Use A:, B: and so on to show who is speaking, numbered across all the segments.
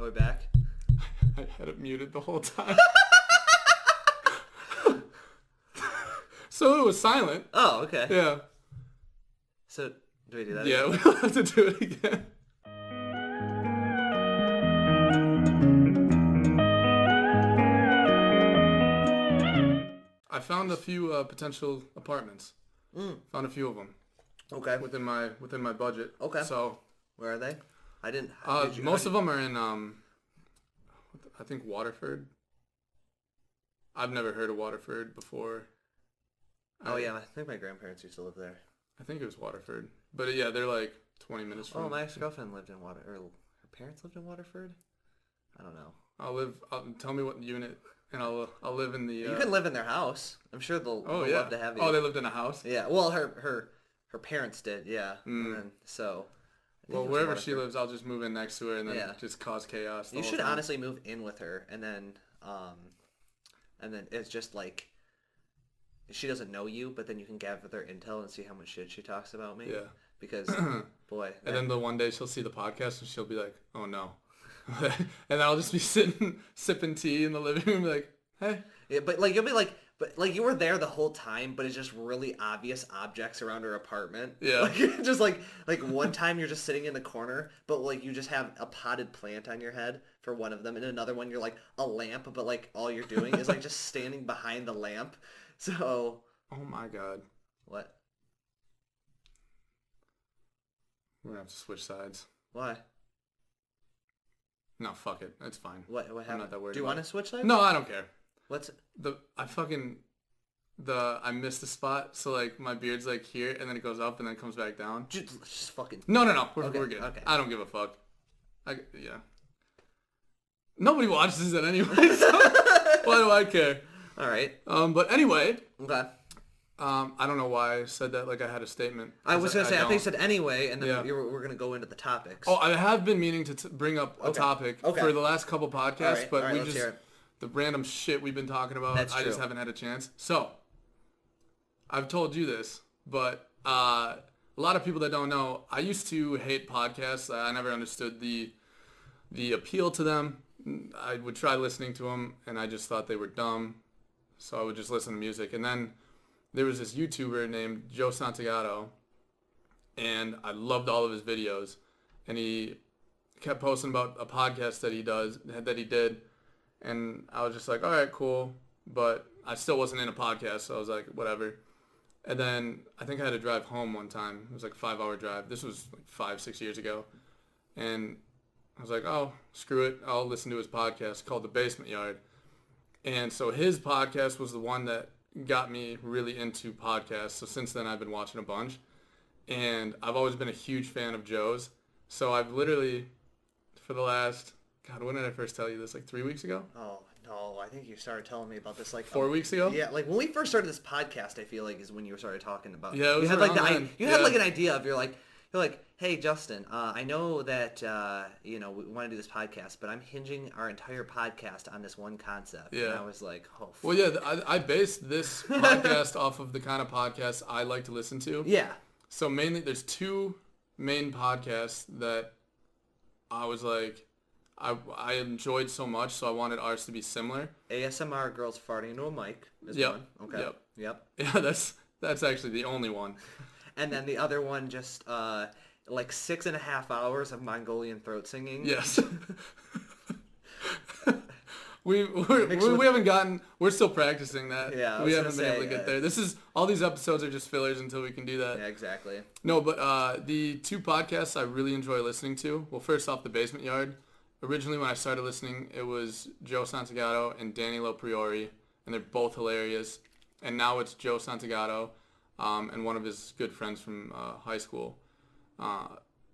A: Are we back?
B: I had it muted the whole time. so it was silent.
A: Oh, okay.
B: Yeah.
A: So do we do that?
B: Yeah,
A: again?
B: we'll have to do it again. I found a few uh, potential apartments. Found a few of them
A: Okay.
B: within my within my budget.
A: Okay.
B: So
A: Where are they? I didn't. how
B: uh,
A: did you- how
B: most
A: did-
B: of them are in um, what the- I think Waterford. I've never heard of Waterford before.
A: Oh
B: I-
A: yeah, I think my grandparents used to live there.
B: I think it was Waterford. But uh, yeah, they're like 20 minutes from.
A: Oh, my ex-girlfriend lived in Water. Or her parents lived in Waterford. I don't know.
B: I'll live. I'll, tell me what unit, and I'll I'll live in the. Uh,
A: You can live in their house. I'm sure they'll,
B: Oh
A: they'll
B: yeah.
A: love to have you.
B: Oh, they lived in a house.
A: Yeah. Well, her her her parents did. Yeah. And
B: Mm.
A: then, so. I think it
B: Well,
A: was
B: wherever she
A: Waterford.
B: lives, I'll just move in next to her and then
A: Yeah.
B: just cause chaos. the
A: You
B: whole
A: should
B: time.
A: honestly move in with her, and then, um, and then it's just like she doesn't know you, but then you can gather their intel and see how much shit she talks about me.
B: Yeah.
A: Because, boy,
B: And then the one day she'll see the podcast and she'll be like, "Oh no," and I'll just be sitting sipping tea in the living room, like, "Hey,
A: yeah, but like you'll be like, but like you were there the whole time, but it's just really obvious objects around her apartment.
B: Yeah.
A: Like just like like one time you're just sitting in the corner, but like you just have a potted plant on your head for one of them, and another one you're like a lamp, but like all you're doing is like just standing behind the lamp. So
B: oh my god,
A: what?
B: we're gonna have to switch sides."
A: Why?
B: No, fuck it, it's fine.
A: What what happened?
B: not that worried
A: Do you
B: about
A: want to switch sides?
B: No, I don't care.
A: What's
B: the I fucking the I missed a spot, so like my beard's like here, and then it goes up, and then it comes back down.
A: just, just fucking
B: No, no, no, we're,
A: Okay,
B: we're good.
A: okay.
B: I don't give a fuck. I yeah. Nobody watches it anyway, so why do I care?
A: All right.
B: Um, but anyway,
A: Okay.
B: um, I don't know why I said that. Like I had a statement.
A: I was gonna say I, think
B: don't.
A: you said anyway, and then
B: Yeah.
A: you were, we're gonna go into the topics.
B: Oh, I have been meaning to t- bring up a
A: Okay.
B: topic
A: Okay.
B: for the last couple podcasts,
A: All right,
B: but
A: all right,
B: we
A: let's
B: just
A: hear it.
B: the random shit we've been talking about.
A: That's
B: I just
A: true.
B: haven't had a chance. So, I've told you this, but uh, a lot of people that don't know, I used to hate podcasts. I never understood the the appeal to them. I would try listening to them, and I just thought they were dumb. So I would just listen to music, and then there was this YouTuber named Joe Santiago, and I loved all of his videos, and he kept posting about a podcast that he does that he did, and I was just like, all right, cool, but I still wasn't in a podcast, so I was like, whatever. And then I think I had to drive home one time. It was like a five-hour drive. This was like five, six years ago, and I was like, oh, screw it, I'll listen to his podcast called The Basement Yard. And so his podcast was the one that got me really into podcasts. So since then, I've been watching a bunch. And I've always been a huge fan of Joe's. So I've literally, for the last, God, when did I first tell you this? Like three weeks ago?
A: Oh, no, I think you started telling me about this like
B: Four
A: a-
B: weeks ago?
A: Yeah, like when we first started this podcast, I feel like is when you started talking about.
B: Yeah, it
A: you
B: was
A: had like the,
B: around
A: I,
B: then.
A: you had
B: Yeah.
A: like an idea of you're like you're like, hey Justin, uh, I know that uh, you know we want to do this podcast, but I'm hinging our entire podcast on this one concept. and
B: Yeah.
A: I was like, oh, f-
B: Well, yeah, th- I, I based this podcast off of the kind of podcasts I like to listen to.
A: yeah,
B: So mainly, there's two main podcasts that I was like, I, I enjoyed so much, so I wanted ours to be similar.
A: ASMR girls farting into a mic is
B: Yep,
A: one. Okay.
B: yep.
A: Yep.
B: Yeah, that's that's actually the only one.
A: and then the other one just uh, like six and a half hours of Mongolian throat singing.
B: Yes. we we're,
A: Mixed
B: we
A: with-
B: we haven't gotten. We're still practicing that.
A: Yeah, I
B: we
A: was gonna
B: haven't been able
A: say,
B: to get
A: uh,
B: there. This is all these episodes are just fillers until we can do that.
A: Yeah, exactly.
B: No, but uh, the two podcasts I really enjoy listening to. Well, first off, The Basement Yard. Originally, when I started listening, it was Joe Santagato and Danny Priori, and they're both hilarious. And now it's Joe Santagato um, and one of his good friends from uh, high school. Uh,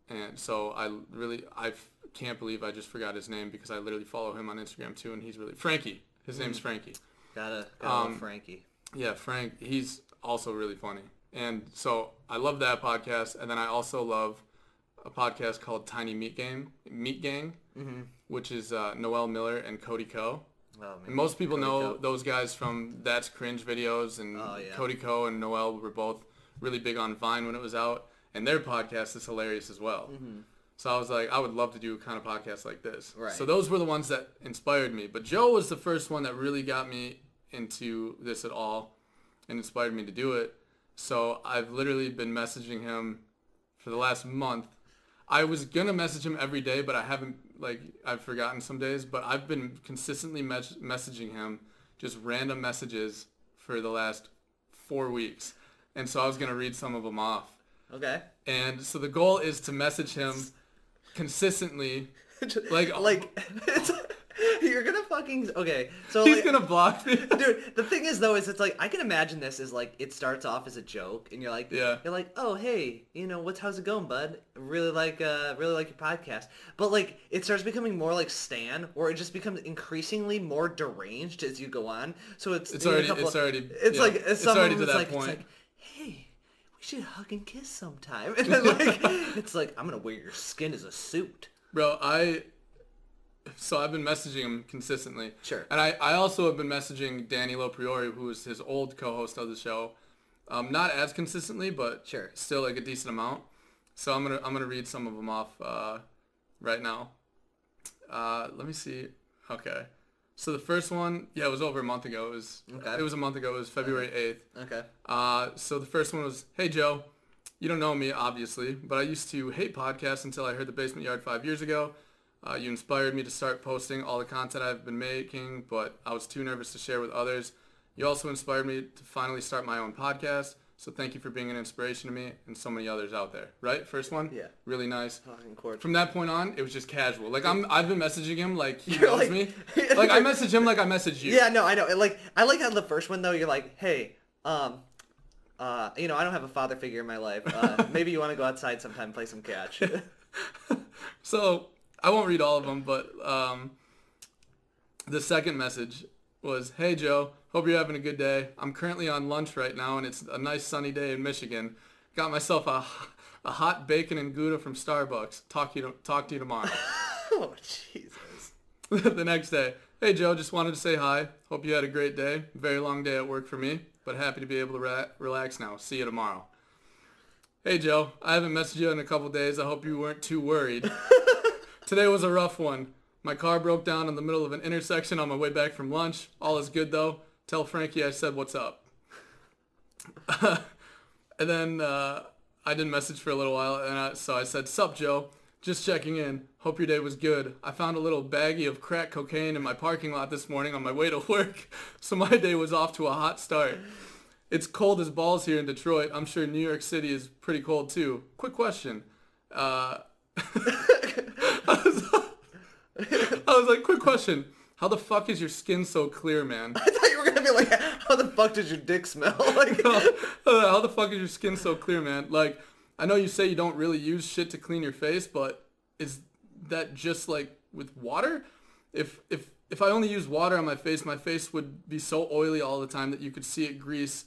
B: and so I really, I f- can't believe I just forgot his name because I literally follow him on Instagram too, and he's really Frankie. His name's Frankie.
A: Gotta, gotta love
B: Um,
A: Frankie.
B: Yeah, Frank, he's also really funny. And so I love that podcast. And then I also love a podcast called Tiny Meat Game, Meat Gang,
A: Mm-hmm.
B: which is uh, Noel Miller and Cody Ko.
A: Oh, man.
B: And most people know
A: Ko.
B: those guys from That's Cringe videos. And
A: Oh, yeah.
B: Cody Ko and
A: Mm-hmm.
B: Noel were both really big on Vine when it was out. And their podcast is hilarious as well. So I was like, I would love to do a kind of podcast like this.
A: Right.
B: So those were the ones that inspired me. But Joe was the first one that really got me into this at all and inspired me to do it. So I've literally been messaging him for the last month. I was gonna message him every day, but I haven't like I've forgotten some days. But I've been consistently mes- messaging him just random messages for the last four weeks, and so I was gonna read some of them off.
A: Okay.
B: And so the goal is to message him consistently. Like- uh,
A: like it's, you're gonna fucking okay. So
B: He's
A: like,
B: gonna block me.
A: dude the thing is though is it's like i can imagine this is like it starts off as a joke and you're like
B: Yeah.
A: you're like oh hey you know what's how's it going bud really like uh really like your podcast but like it starts becoming more like stan or it just becomes increasingly more deranged as you go on so it's
B: It's
A: you know, a
B: already-
A: couple-
B: it's already-
A: it's
B: yeah.
A: like
B: It's
A: some
B: already
A: of
B: to
A: them it's
B: that
A: like, it's
B: point.
A: like hey we should hug and kiss sometime and then like it's like i'm gonna wear your skin as a suit
B: Bro, I so I've been messaging him consistently.
A: Sure.
B: And I, I also have been messaging Danny Lopriori, who is his old co-host of the show, um, not as consistently, but
A: Sure.
B: still like a decent amount. So I'm gonna I'm gonna read some of them off uh, right now. Uh, let me see. Okay. So the first one, yeah, it was over a month ago. It was
A: Okay.
B: it was a month ago. It was February eighth.
A: okay
B: Uh, so the first one was, hey Joe, you don't know me obviously, but I used to hate podcasts until I heard the Basement Yard five years ago. Uh, you inspired me to start posting all the content I've been making, but I was too nervous to share with others. You also inspired me to finally start my own podcast. So thank you for being an inspiration to me and so many others out there. Right? First one?
A: Yeah.
B: Really nice.
A: fucking cord
B: From that point on, it was just casual. Like I'm, I've been messaging him like he
A: You're
B: knows
A: like-
B: me. Like I message him like I message you.
A: Yeah, no, I know. And, Like, I like how the first one though, you're like, hey, um, uh, you know, I don't have a father figure in my life. Uh, maybe you want to go outside sometime and play some catch.
B: So I won't read all of them, but um, the second message was, "Hey Joe, hope you're having a good day. I'm currently on lunch right now, and it's a nice sunny day in Michigan. Got myself a, a hot bacon and gouda from Starbucks. Talk you talk to you tomorrow."
A: oh, Jesus.
B: the next day, "Hey Joe, just wanted to say hi. Hope you had a great day. Very long day at work for me, but happy to be able to ra- relax now. See you tomorrow." Hey Joe, I haven't messaged you in a couple days. I hope you weren't too worried. Today was a rough one. My car broke down in the middle of an intersection on my way back from lunch. All is good though. Tell Frankie I said what's up. and then uh, I didn't message for a little while, and I, so I said, "Sup, Joe? Just checking in. Hope your day was good. I found a little baggie of crack cocaine in my parking lot this morning on my way to work, so my day was off to a hot start. It's cold as balls here in Detroit. I'm sure New York City is pretty cold too. Quick question." Uh, I was- I was like, quick question. How the fuck is your skin so clear, man?
A: I thought you were going to be like, how the fuck does your dick smell? like,
B: How the fuck is your skin so clear, man? Like, I know you say you don't really use shit to clean your face, but is that just like with water? If if if I only use water on my face, my face would be so oily all the time that you could see it grease,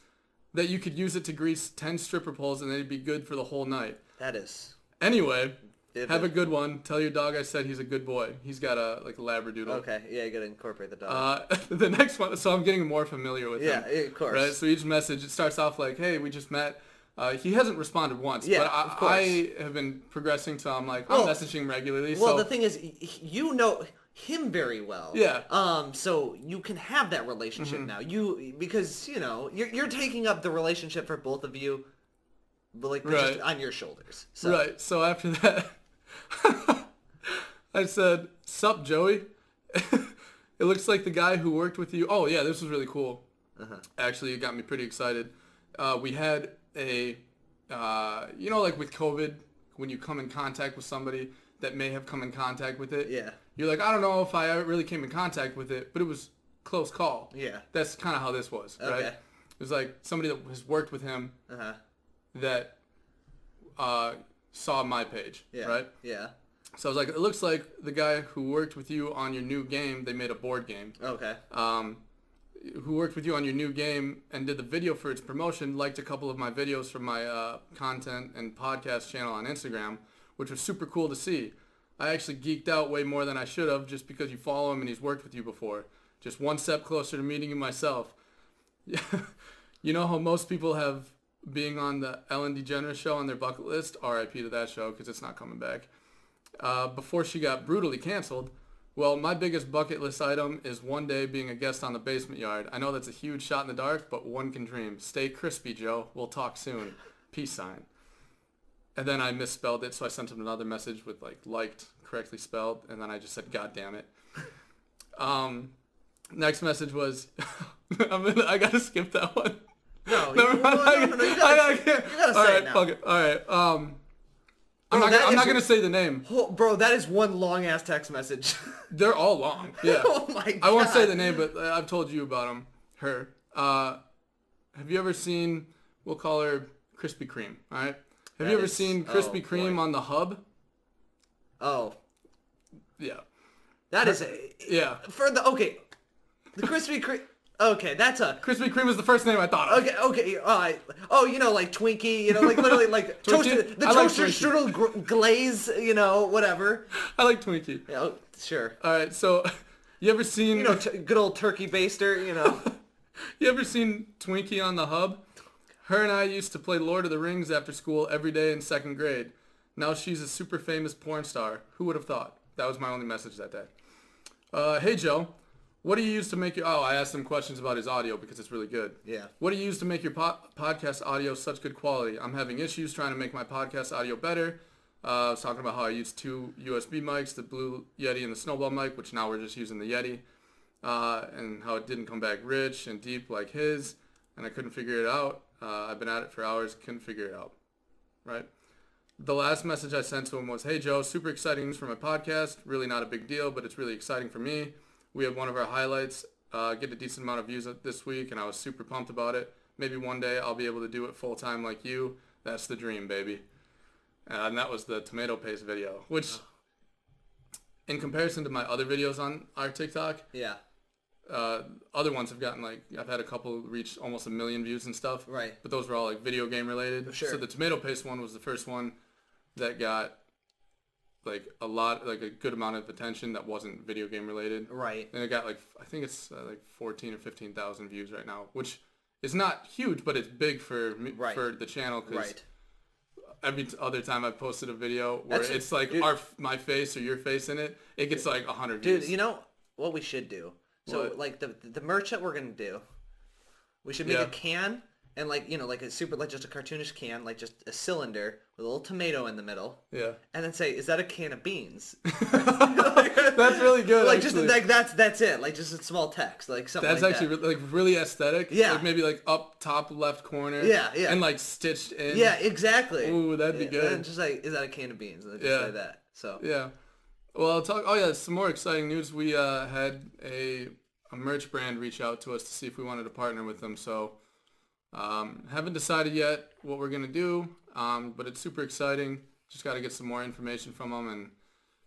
B: that you could use it to grease ten stripper poles and they'd be good for the whole night.
A: that is.
B: Anyway,
A: Vivid.
B: have a good one. Tell your dog I said he's a good boy. He's got a like labradoodle.
A: Okay, yeah, you got to incorporate the dog.
B: Uh, the next one, so I'm getting more familiar with
A: yeah,
B: him.
A: yeah, of course.
B: Right. So each message it starts off like, "Hey, we just met." Uh, he hasn't responded once,
A: Yeah,
B: but I,
A: of course.
B: I have been progressing to. I'm like,
A: Well-
B: I'm messaging regularly.
A: Well,
B: so
A: the thing is, y- you know him very well.
B: Yeah. Mm-hmm.
A: Um. So you can have that relationship now. You because you know you're you're taking up the relationship for both of you, but like
B: Right.
A: just on your shoulders. So
B: Right. So after that, I said, "Sup, Joey? it looks like the guy who worked with you. Oh yeah, this was really cool.
A: Uh-huh.
B: Actually, it got me pretty excited. Uh, we had a, uh, you know, like with COVID, when you come in contact with somebody that may have come in contact with it.
A: Yeah.
B: You're like, I don't know if I ever really came in contact with it, but it was close call.
A: Yeah.
B: That's kind of how this was, right?
A: Okay.
B: It was like somebody that has worked with him
A: Uh huh.
B: that uh, saw my page,
A: Yeah.
B: right?
A: Yeah.
B: So I was like, it looks like the guy who worked with you on your new game, they made a board game,
A: Okay.
B: um, who worked with you on your new game and did the video for its promotion, liked a couple of my videos from my uh, content and podcast channel on Instagram, which was super cool to see. I actually geeked out way more than I should have just because you follow him and he's worked with you before. Just one step closer to meeting you myself. You know how most people have being on the Ellen DeGeneres show on their bucket list? RIP to that show because it's not coming back. uh, before she got brutally canceled. Well, my biggest bucket list item is one day being a guest on the basement yard. I know that's a huge shot in the dark, but one can dream. Stay crispy, Joe. We'll talk soon. Peace sign. And then I misspelled it, so I sent him another message with like liked correctly spelled, and then I just said, "God damn it." Um, next message was, I'm gonna, I gotta skip that one.
A: No, you,
B: Never
A: no,
B: mind.
A: no, no, no, you gotta,
B: I can't.
A: you gotta say
B: All right,
A: it now.
B: fuck it. All right. Um,
A: Bro,
B: I'm
A: that
B: not. Gonna, I'm
A: is-
B: not gonna say the name.
A: Oh, bro, that is one long ass text message.
B: They're all long. Yeah.
A: oh my god.
B: I won't say the name, but I- I've told you about him. Her. Uh, have you ever seen? We'll call her Krispy Kreme. All right. Have
A: That
B: you ever
A: is-
B: seen
A: oh,
B: Krispy Kreme
A: boy.
B: on the hub?
A: Oh,
B: Yeah.
A: that is a
B: Yeah.
A: for the okay. The Krispy Kreme. Okay, that's a
B: Krispy Kreme was the first name I thought of.
A: okay. Okay, all right. Oh, you know, like Twinkie. You know, like literally, like toasted the
B: I like
A: toaster
B: Twinkie.
A: strudel gr- glaze. You know, whatever.
B: I like Twinkie.
A: Yeah, oh, sure.
B: All right. So, you ever seen?
A: You know, t- good old turkey baster. You know.
B: You ever seen Twinkie on the Hub? Her and I used to play Lord of the Rings after school every day in second grade. Now she's a super famous porn star. Who would have thought? That was my only message that day. Uh, hey Joe, what do you use to make your? Oh, I asked him questions about his audio because it's really good.
A: Yeah.
B: What do you use to make your po- podcast audio such good quality? I'm having issues trying to make my podcast audio better. Uh, I was talking about how I use two USB mics, the Blue Yeti and the Snowball mic, which now we're just using the Yeti uh, and how it didn't come back rich and deep like his, and I couldn't figure it out. Uh, I've been at it for hours, couldn't figure it out. Right? The last message I sent to him was, "Hey Joe, super exciting news for my podcast. Really not a big deal, but it's really exciting for me. We had one of our highlights uh, get a decent amount of views this week, and I was super pumped about it. Maybe one day I'll be able to do it full time like you. That's the dream, baby." Uh, and that was the tomato paste video, which, in comparison to my other videos on our TikTok,
A: Yeah.
B: uh, other ones have gotten like I've had a couple reach almost a million views and stuff.
A: Right.
B: But those were all like video game related.
A: Sure.
B: So the tomato paste one was the first one that got like a lot, like a good amount of attention that wasn't video game related.
A: Right.
B: And it got like I think it's uh, like fourteen or fifteen thousand views right now, which is not huge, but it's big for me,
A: Right.
B: for the channel because
A: Right.
B: every t- other time I've posted a video where
A: That's-
B: it's like
A: dude.
B: our f- my face or your face in it, it gets like like hundred views.
A: Dude, you know what we should do? So
B: What?
A: like the the merch that we're gonna do, we should make
B: Yeah.
A: a can and like you know like a super like just a cartoonish can like just a cylinder with a little tomato in the middle,
B: yeah.
A: and then say is that a can of beans?
B: That's really good.
A: like just
B: actually.
A: like that's that's it. Like just a small text like something.
B: That's
A: like
B: actually
A: that.
B: re- like really aesthetic.
A: Yeah.
B: Like maybe like up top left corner.
A: Yeah, yeah.
B: And like stitched in.
A: yeah exactly.
B: Ooh, that'd be
A: Yeah,
B: good.
A: And just like is that a can of beans? And then just
B: Yeah.
A: say that. So
B: Yeah. Well, I'll talk. Oh yeah, some more exciting news. We uh, had a, a merch brand reach out to us to see if we wanted to partner with them. So um, haven't decided yet what we're gonna do, um, but it's super exciting. Just got to get some more information from them and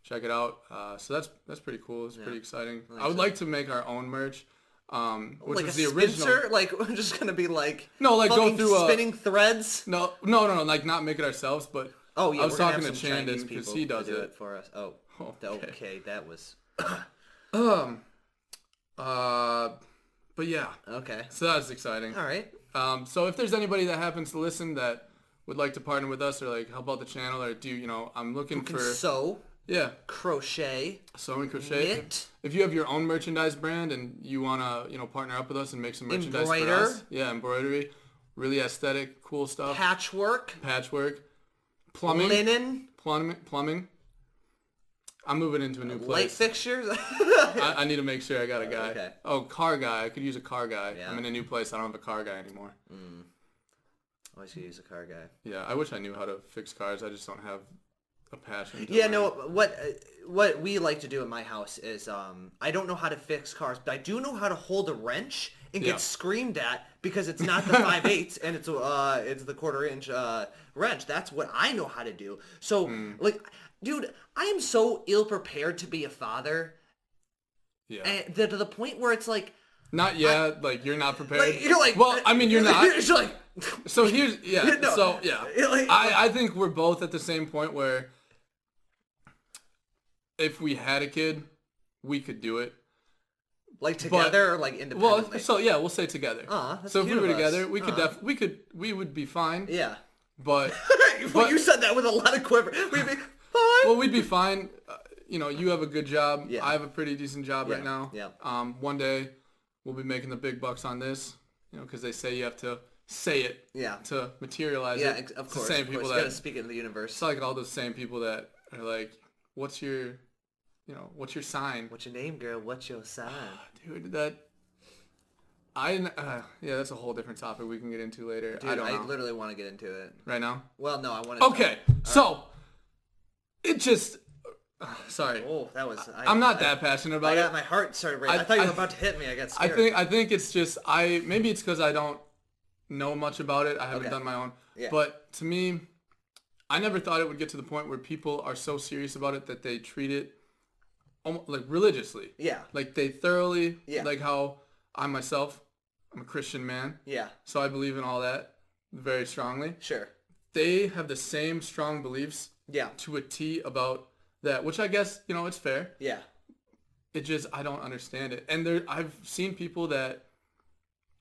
B: check it out. Uh, so that's that's pretty cool. It's pretty exciting. I, would like to make our own merch, um, which
A: like
B: was
A: a
B: the original.
A: Spencer, like we're just gonna be like
B: No, like, go
A: fucking
B: through a-
A: spinning threads.
B: No, no, no, no, like not make it ourselves, but
A: Oh yeah,
B: I was
A: we're gonna
B: talking to
A: have some Chinese
B: Chandon because
A: people
B: he
A: to
B: does
A: do
B: it.
A: it. for us. Oh,
B: Okay.
A: okay. that was
B: Um, uh, but yeah,
A: okay.
B: so that's exciting.
A: All right,
B: Um, so if there's anybody that happens to listen that would like to partner with us or like help out the channel or do you know I'm looking for
A: sew,
B: yeah
A: crochet,
B: sewing and crochet.
A: knit,
B: If you have your own merchandise brand and you wanna you know partner up with us and make some merchandise for
A: Embroider.
B: us, yeah, embroidery, really aesthetic, cool stuff,
A: patchwork,
B: patchwork, plumbing,
A: linen,
B: plumbing, plumbing. I'm moving into a new
A: light
B: place.
A: fixtures.
B: I, I need to make sure I got a guy.
A: Okay.
B: Oh, car guy. I could use a car guy.
A: Yeah. Mm.
B: I'm in a new place. I don't have a car guy anymore.
A: Always could use a car guy.
B: Yeah, I wish I knew how to fix cars. I just don't have a passion. To
A: Yeah, no.
B: learn.
A: What uh, what we like to do at my house is um I don't know how to fix cars, but I do know how to hold a wrench and
B: Yeah.
A: get screamed at because it's not the five eighths and it's uh it's the quarter inch uh wrench. That's what I know how to do. So
B: Hmm.
A: like, dude, I am so ill prepared to be a father,
B: Yeah.
A: and the, to the point where it's like,
B: not yet. like you're not prepared.
A: like you're like,
B: Well, I mean, you're not.
A: You're like,
B: So here's yeah.
A: No.
B: So yeah,
A: Like-
B: I I think we're both at the same point where if we had a kid, we could do it.
A: like together or like independently.
B: Well, so yeah, we'll say together.
A: Aw, that's
B: so if
A: cute
B: we were
A: of us.
B: together, we could def we could we would be fine.
A: yeah.
B: But
A: Well, you said that with a lot of quiver. We'd be fine.
B: well, we'd be fine. Uh, you know, you have a good job.
A: Yeah.
B: I have a pretty decent job right
A: Yeah,
B: now.
A: yeah.
B: Um, one day we'll be making the big bucks on this. You know, because they say you have to say it
A: Yeah.
B: to materialize
A: Yeah,
B: it.
A: ex- of
B: It's
A: course.
B: The same
A: of course.
B: people
A: You gotta
B: that
A: speak into the universe.
B: it's like all those same people that are like, "What's your, you know, what's your sign?"
A: What's your name, girl? What's your sign?
B: Dude, that. I uh, yeah, that's a whole different topic we can get into later.
A: Dude,
B: I
A: I,
B: don't know.
A: literally want to get into it.
B: right now.
A: Well, no, I want to.
B: Okay, so it just. uh, sorry,
A: Oh, that was. I,
B: I'm not
A: I-
B: that passionate
A: I
B: about
A: got
B: it.
A: my heart started racing.
B: I-
A: I, thought you were
B: I-
A: about to hit me. I got
B: I
A: scared.
B: think I think it's just I maybe it's because I don't know much about it. I haven't
A: Okay.
B: done my own.
A: Yeah.
B: But to me, I never thought it would get to the point where people are so serious about it that they treat it almost like religiously.
A: Yeah.
B: Like they thoroughly
A: Yeah.
B: like how I myself, I'm a Christian man,
A: Yeah.
B: so I believe in all that very strongly.
A: Sure.
B: They have the same strong beliefs
A: Yeah.
B: to a T about that, which I guess, you know, it's fair
A: Yeah.
B: it just I don't understand it. And there I've seen people that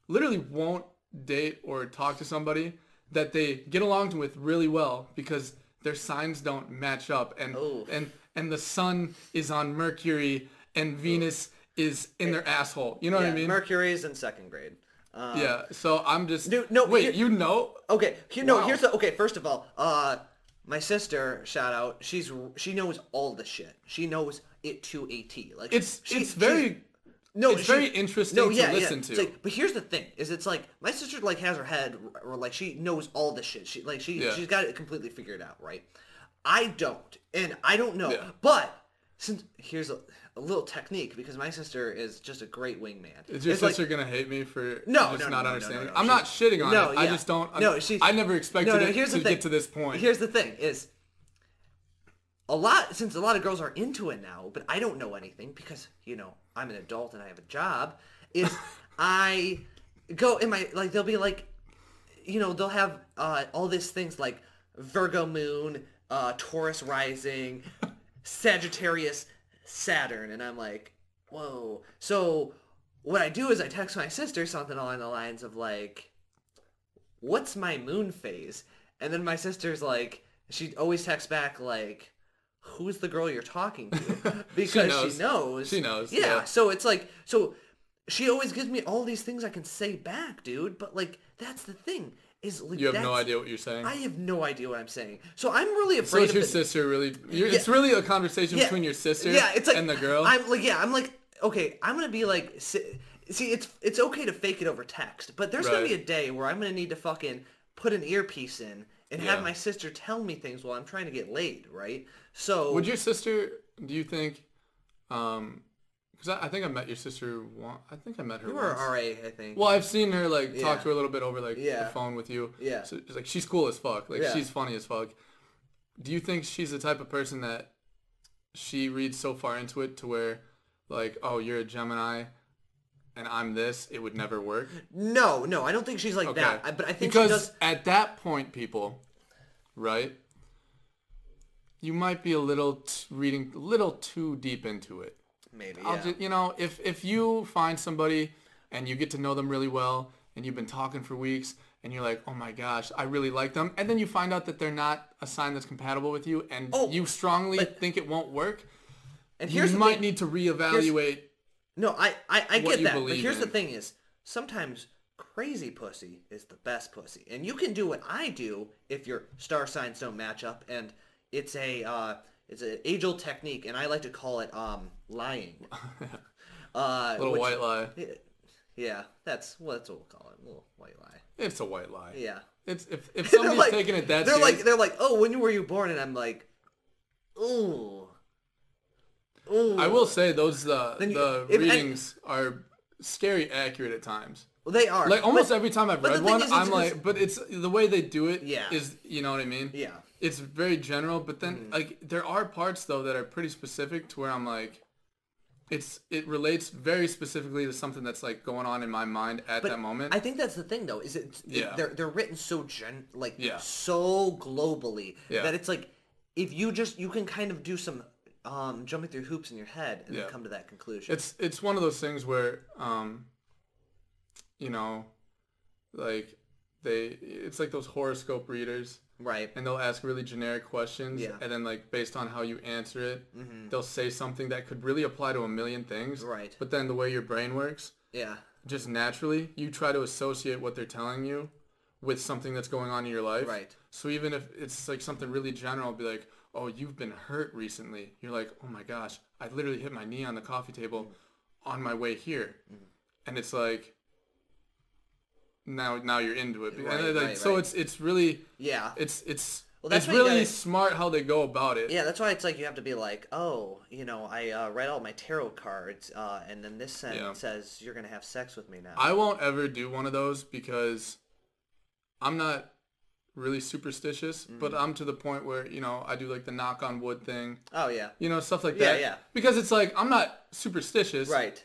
B: literally won't date or talk to somebody that they get along with really well because their signs don't match up and
A: Oof.
B: and and the sun is on Mercury and Venus is in their asshole. You know what
A: yeah.
B: I mean?
A: Mercury's in second grade. Um,
B: yeah. So I'm just
A: Dude, no,
B: wait,
A: here-
B: you know?
A: Okay, here, no,
B: Wow.
A: here's the okay. First of all, uh, my sister, shout out, she's she knows all the shit. She knows it to a T. Like
B: It's
A: she-
B: it's
A: she-
B: very
A: no,
B: it's very interesting to listen to.
A: It's like, but here's the thing: is it's like my sister like has her head, or like she knows all this shit. She like she
B: Yeah.
A: she's got it completely figured out, right? I don't, and I don't know.
B: Yeah.
A: But since here's a, a little technique because my sister is just a great wingman.
B: Is your
A: It's like-
B: sister gonna hate me for
A: No,
B: just
A: no, no,
B: not
A: no,
B: understanding?
A: no, no.
B: I'm not
A: She's-
B: shitting on
A: no,
B: it. I
A: yeah.
B: just don't.
A: No, she's-
B: I never expected
A: no, no,
B: it
A: here's
B: to
A: the thing.
B: get to this point.
A: Here's the thing is a lot since a lot of girls are into it now, but I don't know anything because, you know, I'm an adult and I have a job, is I go in my like they'll be like you know, they'll have uh, all these things like Virgo moon, uh, Taurus rising, Sagittarius, Saturn, and I'm like, whoa. So what I do is I text my sister something along the lines of like, what's my moon phase? And then my sister's like, she always texts back like, who's the girl you're talking to? Because she knows.
B: knows. She knows,
A: Yeah.
B: yeah.
A: So it's like, so she always gives me all these things I can say back, dude. But like, that's the thing is like,
B: You have no
A: that's-
B: idea what you're saying.
A: I have no idea what I'm saying. So I'm really
B: so
A: afraid
B: it's
A: of
B: your
A: the-
B: sister really. You're, It's really a conversation between your sister
A: yeah, it's like,
B: and the girl.
A: I'm like, yeah, I'm like, okay, I'm gonna be like, si- see, it's it's okay to fake it over text, but there's gonna
B: Right.
A: be a day where I'm gonna need to fucking put an earpiece in and have
B: Yeah.
A: my sister tell me things while I'm trying to get laid, right? So
B: Would your sister? Do you think? Um, because I, I think I met your sister. One, I think I met her.
A: you were
B: once.
A: RA, I think.
B: Well, I've seen her like talk
A: Yeah.
B: to her a little bit over like
A: Yeah.
B: the phone with you.
A: Yeah.
B: So it's like she's cool as fuck. Like
A: Yeah.
B: she's funny as fuck. Do you think she's the type of person that she reads so far into it to where like, oh, you're a Gemini and I'm this, it would never work?
A: no, no, I don't think she's like that. I, but I think she
B: because
A: does.
B: at that point, people, right? You might be a little t- reading a little too deep into it.
A: Maybe.
B: I'll
A: yeah.
B: just, you know, if if you find somebody and you get to know them really well and you've been talking for weeks and you're like, oh my gosh, I really like them, and then you find out that they're not a sign that's compatible with you, and
A: Oh,
B: you strongly think it won't work,
A: and here's
B: you
A: the
B: might
A: thing.
B: need to reevaluate.
A: No, I I, I
B: what
A: get
B: you
A: that, but
B: believe
A: here's the
B: in.
A: thing: is sometimes crazy pussy is the best pussy, and you can do what I do if your star signs don't match up, and it's a uh, it's an age-old technique, and I like to call it um lying. uh,
B: Little
A: which-
B: white lie.
A: Yeah, that's well, that's what we'll call it. A little white lie.
B: It's a white lie.
A: Yeah.
B: It's if, if
A: They're
B: somebody's
A: like-
B: taking it that
A: they're
B: serious,
A: like they're like oh when were you born and I'm like ooh ooh
B: I will say those uh,
A: Then you-
B: the
A: if any-
B: readings are scary accurate at times.
A: they are
B: Like almost
A: But-
B: every time I've
A: but the
B: read
A: thing
B: one,
A: is, it's
B: I'm like,
A: just-
B: but it's the way they do it is
A: Yeah.
B: you know what I mean?
A: yeah Mm-hmm.
B: It's very general, but then like there are parts though that are pretty specific to where I'm like, it's it relates very specifically to something that's like going on in my mind at that moment.
A: I think that's the thing though, is it,
B: Yeah.
A: they're they're written so gen like
B: Yeah.
A: so globally
B: Yeah.
A: that it's like if you just you can kind of do some um jumping through hoops in your head and
B: Yeah.
A: then come to that conclusion.
B: it's it's one of those things where um, you know, like they it's like those horoscope readers
A: Right.
B: and they'll ask really generic questions
A: Yeah. Mm-hmm.
B: and then like based on how you answer it they'll say something that could really apply to a million things
A: Right.
B: but then the way your brain works
A: Yeah.
B: just naturally you try to associate what they're telling you with something that's going on in your life
A: Right.
B: so even if it's like something really general be like oh you've been hurt recently you're like oh my gosh i literally hit my knee on the coffee table on my way here
A: Mm-hmm.
B: and it's like now now you're into it
A: Right,
B: and like,
A: right,
B: so
A: right.
B: it's it's really
A: Yeah.
B: it's it's
A: Well, that's
B: it's
A: what you
B: really
A: gotta-
B: smart how they go about it.
A: Yeah, that's why it's like you have to be like, oh, you know, I uh, read all my tarot cards, uh, and then this sentence
B: Yeah.
A: says you're gonna have sex with me now.
B: I won't ever do one of those because I'm not really superstitious,
A: Mm-hmm.
B: but I'm to the point where you know I do like the knock on wood thing,
A: oh yeah,
B: you know stuff like
A: Yeah,
B: that.
A: yeah.
B: Because it's like I'm not superstitious,
A: right,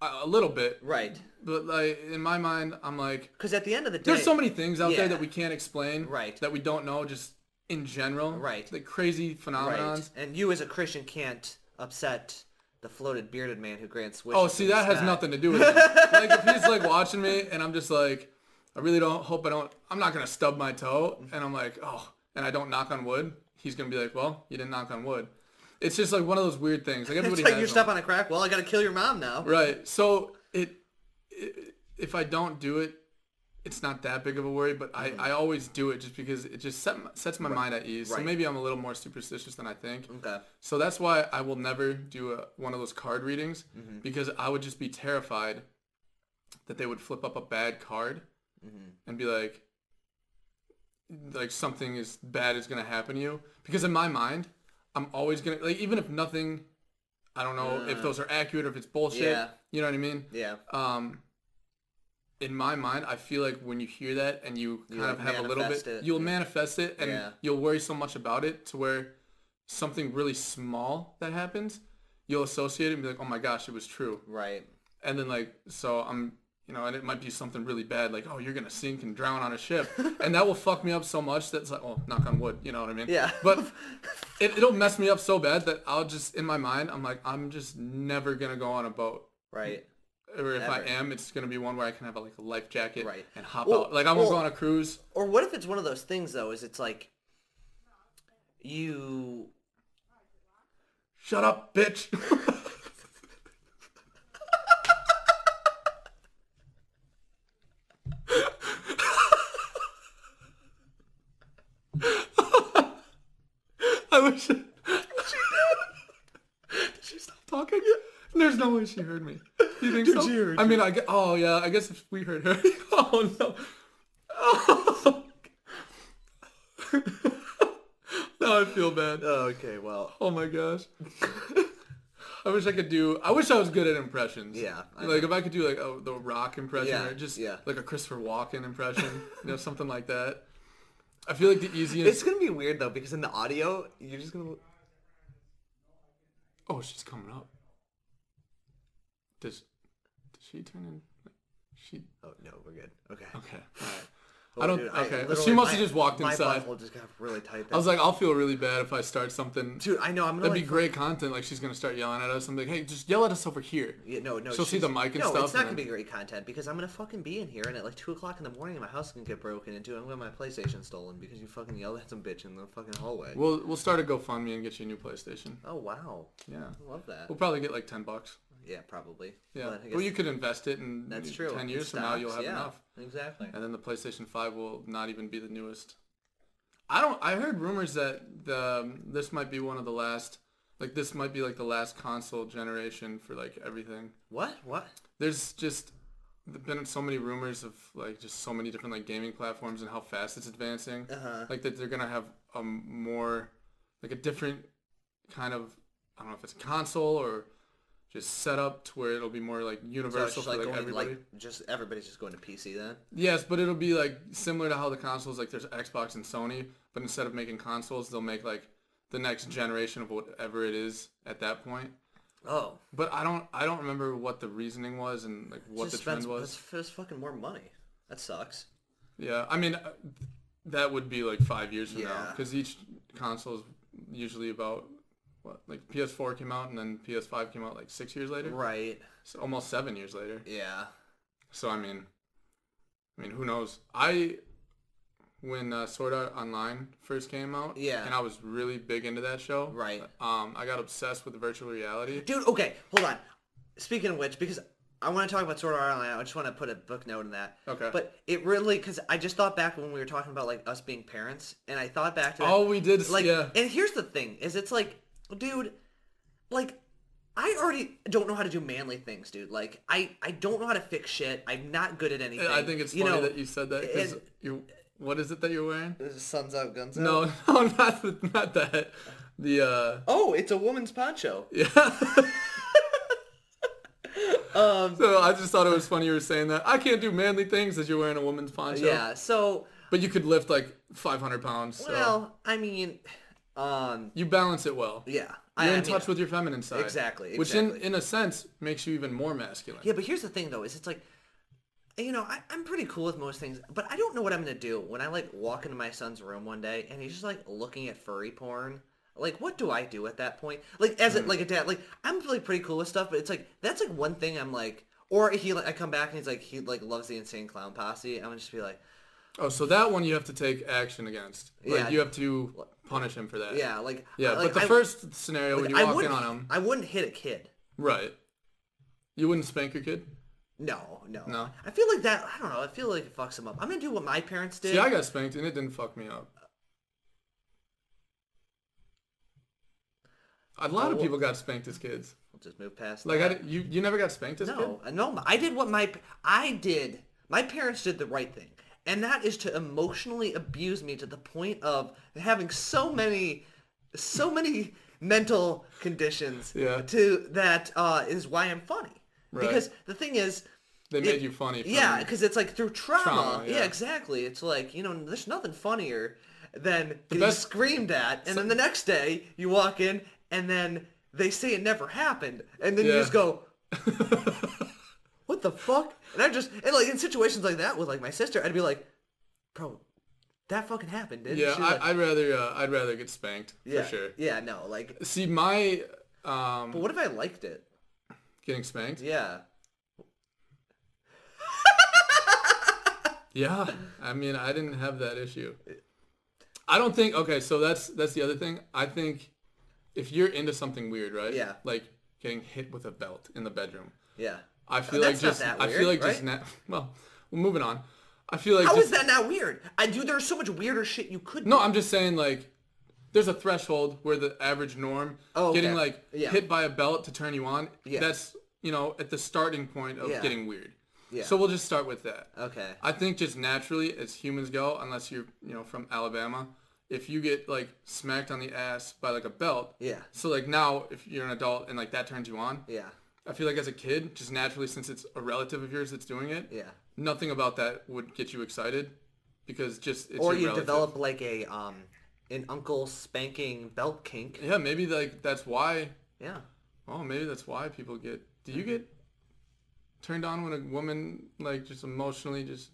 B: A, a little bit,
A: right.
B: but like in my mind, I'm like
A: Because at the end of the day,
B: there's so many things out
A: Yeah.
B: there that we can't explain,
A: Right.
B: That we don't know just in general,
A: Right.
B: Like crazy phenomenons.
A: right, and you as a Christian can't upset the floated bearded man who grants wishes.
B: Oh, see,
A: in the
B: that has
A: sky.
B: nothing to do with it. like, if he's like watching me, and I'm just like, I really don't hope I don't. I'm not gonna stub my toe, and I'm like, oh, and I don't knock on wood. He's gonna be like, well, you didn't knock on wood. It's just like one of those weird things. Like
A: It's
B: everybody
A: like
B: has
A: you're
B: them.
A: stepping on a crack. Well, I gotta kill your mom now.
B: right. So it, it, if I don't do it, it's not that big of a worry. But I, I always do it just because it just set, my- sets my mind at ease. So
A: Mm-hmm. Right.
B: maybe I'm a little more superstitious than I think.
A: Okay.
B: So that's why I will never do a, one of those card readings because I would just be terrified that they would flip up a bad card and be like, like something is bad is gonna happen to you. Because in my mind, I'm always gonna like even if nothing, I don't know if those are accurate or if it's bullshit.
A: Yeah.
B: You know what I mean?
A: Yeah.
B: Um, in my mind, I feel like when you hear that and you kind
A: like,
B: of have a little bit,
A: manifest it.
B: you'll manifest it and
A: Yeah.
B: you'll worry so much about it to where something really small that happens, you'll associate it and be like, oh my gosh, it was true.
A: Right.
B: And then like, so I'm, you know, and it might be something really bad, like, oh, you're going to sink and drown on a ship. and that will fuck me up so much that's like, oh, knock on wood, you know what I mean?
A: Yeah.
B: But it, it'll mess me up so bad that I'll just, in my mind, I'm like, I'm just never going to go on a boat
A: Right.
B: or if I
A: Ever.
B: am, it's gonna be one where I can have a, like a life jacket
A: Right.
B: and hop
A: Well-
B: out. Like I won't go
A: well-
B: on a cruise.
A: Or what if it's one of those things though? Is it's like you
B: Shut up, bitch. I wish. Did she stop talking? There's no way she heard me. You think so?
A: she heard
B: I mean, I gue- oh yeah, I guess if we heard her. oh no. Oh. now I feel bad.
A: Okay, well,
B: Oh my gosh. I wish I could do. I wish I was good at impressions.
A: Yeah, I
B: like if I could do like a, the Rock impression
A: Yeah,
B: or just
A: yeah.
B: like a Christopher Walken impression, you know, something like that. I feel like the easiest.
A: it's gonna be weird though because in the audio you're just gonna.
B: Oh, she's coming up. Does does she turn in? She
A: Oh no, we're good. Okay.
B: okay. All right. I don't.
A: Dude, I
B: okay. she
A: literally-
B: must have
A: my-
B: just walked
A: My
B: inside.
A: butthole just got really tight.
B: I
A: There.
B: was like, I'll feel really bad if I start something.
A: dude, I know. I'm gonna
B: That'd be
A: like,
B: great content. Like she's gonna start yelling at us. I'm like, hey, just yell at us over here.
A: Yeah, no, no.
B: She'll see
A: she's-
B: the mic and
A: no,
B: stuff
A: it's not
B: and
A: gonna
B: then-
A: be great content because I'm gonna fucking be in here and at like two o'clock in the morning my house can get broken into. I'm gonna have my PlayStation stolen because you fucking yelled at some bitch in the fucking hallway.
B: We'll we'll start a GoFundMe and get you a new PlayStation.
A: Oh wow,
B: Yeah.
A: I love that.
B: We'll probably get like ten bucks.
A: Yeah, probably.
B: Yeah.
A: But I guess
B: well, you could invest it, and
A: that's true.
B: Ten
A: It
B: years from now, you'll
A: stocks,
B: have
A: yeah,
B: enough,
A: Exactly.
B: and then the PlayStation Five will not even be the newest. I don't. I heard rumors that the um, this might be one of the last. Like this might be like the last console generation for like everything.
A: What? What?
B: There's just there've been so many rumors of like just so many different like gaming platforms and how fast it's advancing.
A: Uh-huh.
B: Like that they're gonna have a m- more like a different kind of I don't know if it's a console or just set up to where it'll be more like
A: So it's
B: universal
A: just
B: for
A: like,
B: like,
A: going
B: everybody.
A: like just everybody's just going to PC then.
B: Yes, but it'll be like similar to how the consoles like there's Xbox and Sony, but instead of making consoles, they'll make like the next generation of whatever it is at that point.
A: Oh,
B: But I don't I don't remember what the reasoning was and like what
A: just
B: the trend
A: spends-
B: was.
A: That's, that's fucking more money. That sucks.
B: Yeah, I mean, uh, that would be like five years from now
A: Yeah.
B: because each console is usually about what like PS4 came out and then PS5 came out like six years later,
A: Right.
B: so almost seven years later.
A: Yeah.
B: So I mean, I mean, who knows? I when uh, Sword Art Online first came out.
A: Yeah.
B: And I was really big into that show.
A: Right.
B: Um, I got obsessed with virtual reality.
A: Dude, okay, hold on. Speaking of which, because I want to talk about Sword Art Online, I just want to put a book note in that.
B: Okay.
A: But it really, because I just thought back when we were talking about like us being parents, and I thought back to that,
B: Oh, we did.
A: like,
B: yeah.
A: and here's the thing: is it's like, dude, like. I already don't know how to do manly things, dude. Like, I, I don't know how to fix shit. I'm not good at anything.
B: I think it's
A: you
B: funny
A: know,
B: that you said that because
A: and-
B: you. What is it that you're wearing?
A: Sun's out, guns out.
B: No, no, not the, not that. The uh,
A: Oh, it's a woman's poncho.
B: yeah. um. So I just thought it was funny you were saying that. I can't do manly things as you're wearing a woman's poncho.
A: Yeah. So,
B: But you could lift like 500 pounds. So
A: well, I mean, um,
B: you balance it well.
A: yeah. You're
B: You're
A: I,
B: in
A: I mean,
B: touch with your feminine side.
A: Exactly,
B: Which in,
A: exactly.
B: in a sense makes you even more masculine.
A: Yeah, but here's the thing though, is it's like, you know, I, I'm pretty cool with most things, but I don't know what I'm gonna do when I like walk into my son's room one day and he's just like looking at furry porn. Like, what do I do at that point? Like, as
B: Hmm.
A: a, like a dad, like I'm like pretty cool with stuff, but it's like that's like one thing I'm like, or he like I come back and he's like he like loves the insane clown posse. I'm gonna just be like,
B: Oh, so that one you have to take action against. Like
A: Yeah.
B: you have to punish him for that.
A: yeah, like
B: Yeah,
A: I- like,
B: but the
A: I-
B: first scenario when you
A: I
B: walk in
A: wouldn't-
B: on him,
A: I wouldn't hit a kid.
B: right? You wouldn't spank your kid.
A: No, no,
B: No?
A: I feel like that. I don't know. I feel like it fucks him up. I'm gonna do what my parents did.
B: See, I got spanked and it didn't fuck me up. A lot of people got spanked as kids.
A: We'll just move past.
B: Like
A: that.
B: I, di- you, you never got spanked as a kid.
A: No, uh, no, I did what my I did. My parents did the right thing, and that is to emotionally abuse me to the point of having so many, so many mental conditions.
B: Yeah.
A: To that uh, is why I'm funny.
B: Right.
A: Because the thing is,
B: They made
A: it-
B: you funny. For
A: yeah, because it's like through trauma.
B: Trauma,
A: yeah.
B: yeah.
A: exactly. It's like you know, there's nothing funnier than getting
B: best-
A: screamed at, and then the next day you walk in, and then they say it never happened, and then you
B: Yeah.
A: just go, "What the fuck?" And I just and like in situations like that with like my sister, I'd be like, "Bro, that fucking happened, didn't
B: Yeah,
A: she?" Like,
B: I, I'd rather uh, I'd rather get spanked
A: yeah,
B: for sure.
A: Yeah, no, like,
B: See, my um,
A: but what if I liked it?
B: getting spanked.
A: Yeah,
B: Yeah, I mean, I didn't have that issue. I don't think. Okay, so that's that's the other thing. I think if you're into something weird, right?
A: Yeah.
B: Like getting hit with a belt in the bedroom.
A: yeah.
B: I feel like
A: that's not
B: just.
A: that
B: I
A: weird,
B: feel like just. Na- well, well, moving on. I feel like
A: How
B: just,
A: is that not weird? I do. There's so much weirder shit you could.
B: No, I'm just saying like there's a threshold where the average norm
A: Oh, okay.
B: getting like
A: Yeah.
B: hit by a belt to turn you on.
A: Yeah.
B: That's you know at the starting point of
A: Yeah.
B: getting weird.
A: Yeah.
B: So we'll just start with that.
A: Okay.
B: I think just naturally as humans go, unless you're you know from Alabama, if you get like smacked on the ass by like a belt.
A: Yeah.
B: So like now if you're an adult and like that turns you on.
A: Yeah.
B: I feel like as a kid, just naturally since it's a relative of yours that's doing it.
A: Yeah.
B: Nothing about that would get you excited because just it's
A: Or
B: your
A: you
B: relative.
A: develop like a um an uncle spanking belt kink.
B: Yeah, maybe like that's why.
A: Yeah.
B: Oh, maybe that's why people get. Do you get turned on when a woman like just emotionally just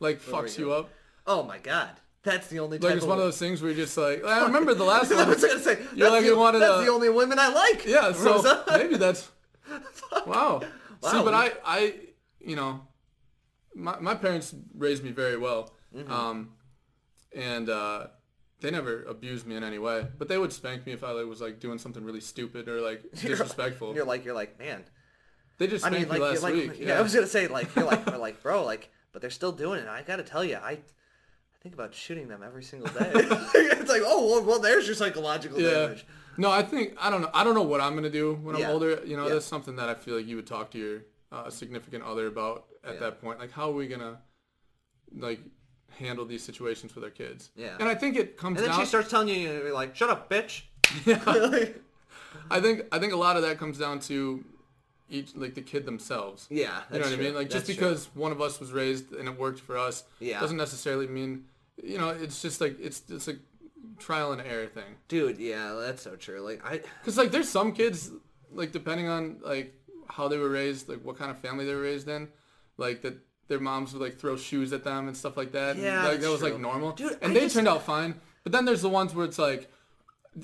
B: like fucks you up?
A: Oh my god. That's the only type
B: Like it's
A: of
B: one of those things where you're just like I remember the last
A: I
B: one.
A: was gonna say
B: You're
A: that's
B: like,
A: the,
B: you wanted
A: that's
B: a-
A: the only women I like.
B: Yeah, so
A: Rosa.
B: maybe that's wow. See,
A: Wow.
B: but I I you know my my parents raised me very well,
A: Mm-hmm.
B: um, and uh, they never abused me in any way. But they would spank me if I like, was like doing something really stupid or like disrespectful.
A: You're like you're like, man.
B: They just
A: I
B: spanked
A: mean like
B: me
A: you're
B: last
A: like
B: week.
A: yeah. I was gonna say like you're like we're like, bro, like but they're still doing it. I gotta tell you, I I think about shooting them every single day. it's like, oh well, well there's your psychological
B: yeah.
A: damage.
B: No, I think I don't know. I don't know what I'm gonna do when
A: Yeah.
B: I'm older. You know,
A: Yeah.
B: that's something that I feel like you would talk to your uh, significant other about at
A: Yeah.
B: that point. Like, how are we gonna like handle these situations with our kids?
A: Yeah.
B: And I think it comes
A: And then
B: down.
A: she starts telling you and you're like, Shut up, bitch.
B: I think I think a lot of that comes down to each like the kid themselves.
A: Yeah,
B: You know
A: that's
B: what I mean?
A: true.
B: Like just
A: That's true.
B: because one of us was raised and it worked for us
A: Yeah.
B: doesn't necessarily mean you know, it's just like it's it's a trial and error thing.
A: Dude, yeah, that's so true. Like I
B: Cause like there's some kids like depending on like how they were raised, like what kind of family they were raised in, like that their moms would like throw shoes at them and stuff like that.
A: Yeah,
B: and, like that
A: that's
B: was like
A: true.
B: normal.
A: Dude,
B: and
A: I
B: they
A: just-
B: turned out fine. But then there's the ones where it's like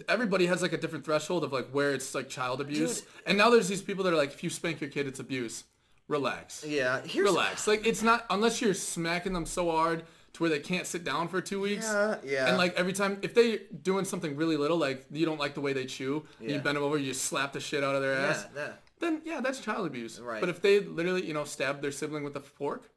B: everybody has like a different threshold of like where it's like child abuse.
A: Dude.
B: And now there's these people that are like, if you spank your kid, it's abuse. Relax.
A: yeah, here's
B: Relax. Like it's not unless you're smacking them so hard to where they can't sit down for two weeks.
A: Yeah, yeah.
B: And like every time, if they doing something really little, like you don't like the way they chew, you
A: Yeah.
B: bend them over, you just slap the shit out of their
A: Yeah,
B: ass.
A: yeah.
B: Then yeah, that's child abuse.
A: Right.
B: But if they literally, you know, stab their sibling with a fork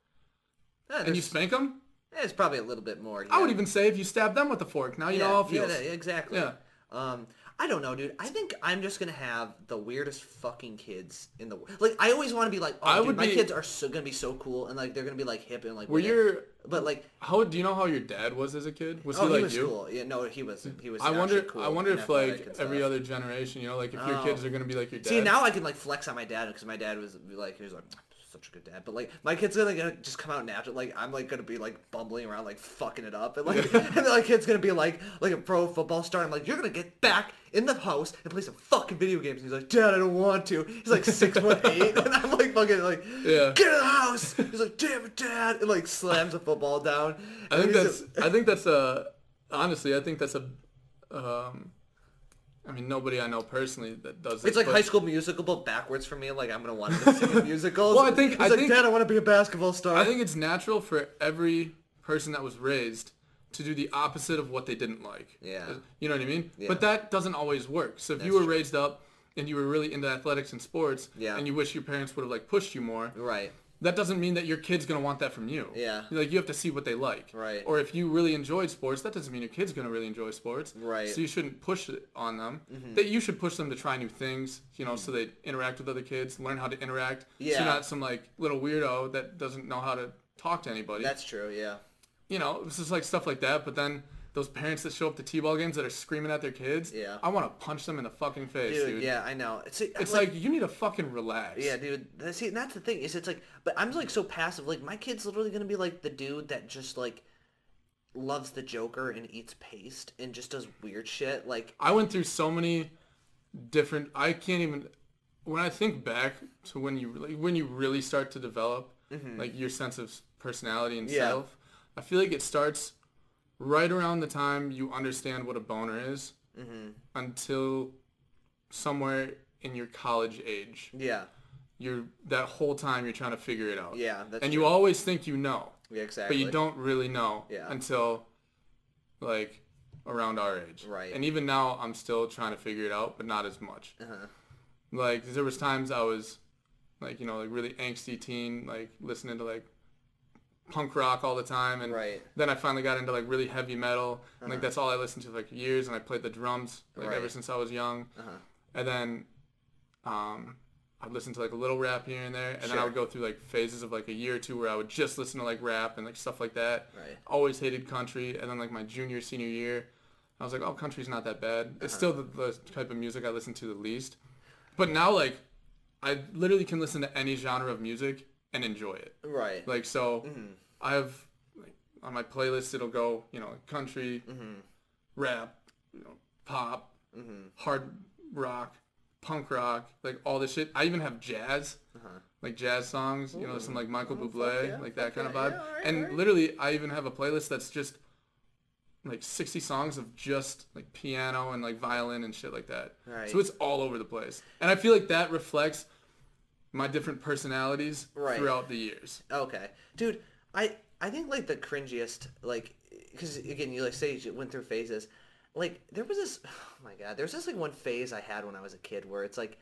A: Yeah,
B: and you
A: there's-
B: spank them,
A: yeah, it's probably a little bit more.
B: I
A: yeah.
B: would even say if you stab them with a fork, now you know how it feels.
A: Yeah, that- exactly.
B: Yeah.
A: Um, I don't know, dude. I think I'm just gonna have the weirdest fucking kids in the world. Like, I always want to be like, oh,
B: I
A: dude,
B: would
A: my
B: be-
A: kids are so gonna be so cool, and like they're gonna be like hip and like.
B: Were
A: weird.
B: your
A: But like,
B: how do you know how your dad was as a kid? Was
A: oh,
B: he
A: he,
B: like
A: was
B: you?
A: cool. Yeah, no, he was. He was.
B: I wonder.
A: actually cool
B: I wonder
A: and
B: if
A: athletic
B: like
A: and
B: every
A: stuff.
B: other generation, you know, like if your
A: Oh.
B: kids are gonna be like your dad.
A: See, now I can like flex on my dad because my dad was like, he was like such a good dad, but like my kid's gonna like, just come out natural. Like I'm like gonna be like bumbling around, like fucking it up, and like and then like kid's gonna be like like a pro football star. I'm like, you're gonna get back in the house and play some fucking video games. And he's like, Dad, I don't want to. He's like six foot eight, and I'm like fucking like,
B: Yeah.
A: get out of the house. He's like, damn it, Dad, and like slams the football down.
B: I
A: And
B: think
A: he's
B: that's.
A: a-
B: I think that's a. Honestly, I think that's a. Um, I mean, nobody I know personally that does. This,
A: it's like
B: but
A: High School Musical, but backwards for me. Like I'm gonna want to sing a musical.
B: Well, I think-
A: He's
B: I
A: like,
B: think-
A: Dad, I want to be a basketball star.
B: I think it's natural for every person that was raised to do the opposite of what they didn't like. Uh,
A: Yeah.
B: You know what I mean?
A: Yeah.
B: But that doesn't always work. So if you
A: That's
B: were
A: true.
B: raised up and you were really into athletics and sports
A: Yeah.
B: and you wish your parents would have like pushed you more,
A: right.
B: that doesn't mean that your kid's going to want that from you.
A: Yeah.
B: Like you have to see what they like.
A: Right.
B: Or if you really enjoyed sports, that doesn't mean your kid's going to really enjoy sports.
A: Right. Mm-hmm.
B: So you shouldn't push it on them. That you should push them to try new things, you know, so they interact with other kids, learn how to interact. So
A: Yeah.
B: you're not some like little weirdo that doesn't know how to talk to anybody.
A: That's true. Yeah.
B: you know, it's just like stuff like that, but then those parents that show up to T-ball games that are screaming at their kids,
A: Yeah.
B: I want to punch them in the fucking face,
A: Dude,
B: dude.
A: yeah, I know. It's,
B: It's like, you need to fucking relax.
A: yeah, dude. that- See, and that's the thing is, it's like, but I'm like so passive. Like, my kid's literally gonna be like the dude that just like loves the Joker and eats paste and just does weird shit. Like,
B: I went through so many different. I can't even. When I think back to when you like, when you really start to develop like your sense of personality and
A: Mm-hmm. Yeah.
B: self, I feel like it starts right around the time you understand what a boner is
A: Mm-hmm.
B: until somewhere in your college age.
A: yeah,
B: You're that whole time you're trying to figure it out.
A: yeah, that's
B: and
A: true.
B: you always think you know,
A: yeah, exactly.
B: but you don't really know
A: Yeah.
B: until like around our age.
A: Right.
B: And even now, I'm still trying to figure it out, but not as much.
A: Uh-huh.
B: Like there was times I was, like you know, like really angsty teen, like listening to like punk rock all the time, and
A: Right. Uh-huh.
B: then I finally got into like really heavy metal, and like that's all I listened to for, like years, and I played the drums like
A: Right.
B: ever since I was young,
A: Uh-huh.
B: and then, um. I'd listen to like a little rap here and there, and then I
A: Sure.
B: would go through like phases of like a year or two where I would just listen to like rap and like stuff like that.
A: Right.
B: Always hated country, and then like my junior senior year, I was like, oh, country's not that bad. It's
A: Uh-huh.
B: still the, the type of music I listen to the least, but now like I literally can listen to any genre of music and enjoy it.
A: Right. Mm-hmm.
B: Like so, I have like, on my playlist it'll go you know country,
A: Mm-hmm.
B: rap, you know, pop, hard rock, punk rock, like all this shit. I even have jazz, like jazz songs. You know some like Michael Bublé,
A: yeah,
B: like that
A: Uh-huh. Oh, fuck
B: kind of
A: yeah,
B: vibe.
A: yeah, alright,
B: and
A: alright.
B: literally, I even have a playlist that's just like 60 songs of just like piano and like violin and shit like that.
A: Right.
B: So it's all over the place. And I feel like that reflects my different personalities
A: Right.
B: throughout the years.
A: Okay, dude. I I think like the cringiest like because again you like say you went through phases. Like there was this, oh my god, there's this like one phase I had when I was a kid where it's like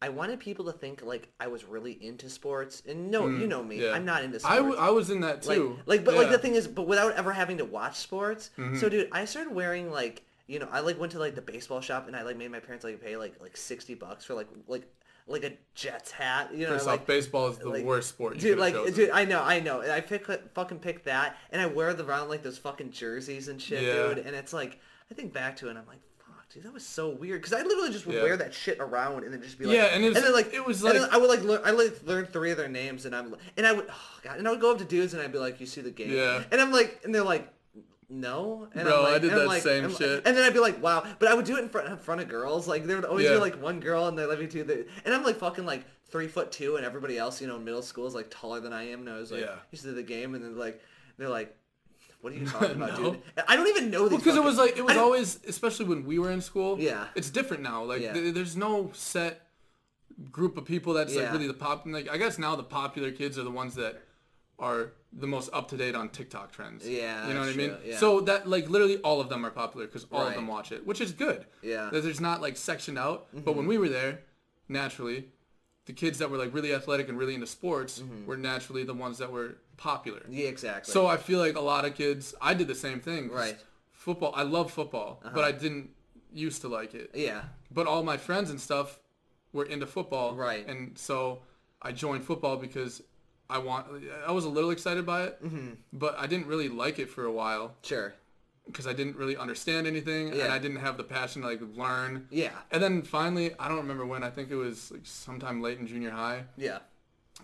A: I wanted people to think like I was really into sports, and no, you know me,
B: Mm, Yeah.
A: I'm not into sports.
B: I, w- I was in that
A: like,
B: too.
A: like, but like
B: Yeah. Mm-hmm.
A: the thing is, but without ever having to watch sports. So, dude, I started wearing like, you know, I like went to like the baseball shop and I like made my parents like pay like like sixty bucks for like like like a Jets hat. You know,
B: First
A: like,
B: off, baseball is the
A: like-
B: worst sport. You
A: dude,
B: could've
A: like,
B: chosen.
A: dude, I know, I know. And I pick, fucking pick that, and I wear the round like those fucking jerseys and shit,
B: Yeah.
A: dude. And it's like, I think back to it, and I'm like, fuck, dude, that was so weird. Because I literally just would
B: Yeah.
A: wear that shit around, and then just be like,
B: Yeah, and it's-
A: then like,
B: it was
A: and then
B: like-
A: I would like, learn, I like learn three of their names, and I'm, and I would, oh god, and I would go up to dudes, and I'd be like, you see the game,
B: Yeah.
A: and I'm like, and they're like. No, and
B: Bro,
A: I'm like,
B: I did
A: and I'm
B: that
A: like,
B: same
A: I'm-
B: shit.
A: and then I'd be like, "Wow!" But I would do it in front in front of girls. Like there would always
B: Yeah.
A: be like one girl, and they let me do the. And I'm like fucking like three foot two, and everybody else, you know, in middle school is like taller than I am. And I was like,
B: Yeah.
A: used to the game, and then like they're like, "What are you talking about,
B: No.
A: dude?" And I don't even know these.
B: because it was
A: fucking-
B: like it was
A: I-
B: always, especially when we were in school.
A: Yeah.
B: it's different now. Like
A: Yeah.
B: th- there's no set group of people that's like
A: Yeah.
B: really the pop. Like I guess now the popular kids are the ones that are the most up to date on TikTok trends.
A: Yeah,
B: you know what
A: true,
B: I mean.
A: yeah.
B: So that like literally all of them are popular because all of them
A: Right.
B: watch it, which is good.
A: Yeah. Mm-hmm.
B: that there's not like sectioned out. But when we were there, naturally, the kids that were like really athletic and really into sports
A: Mm-hmm.
B: were naturally the ones that were popular.
A: Yeah, exactly.
B: So I feel like a lot of kids. I did the same thing. 'cause
A: Right. Uh-huh.
B: Football. I love football, but I didn't used to like it
A: yeah,
B: but all my friends and stuff were into football.
A: Right.
B: And so I joined football because I want. I was a little excited by it,
A: Mm-hmm.
B: but I didn't really like it for a while
A: sure.
B: because I didn't really understand anything and
A: Yeah.
B: I didn't have the passion to like learn.
A: Yeah,
B: And then finally, I don't remember when. I think it was like sometime late in junior high.
A: yeah,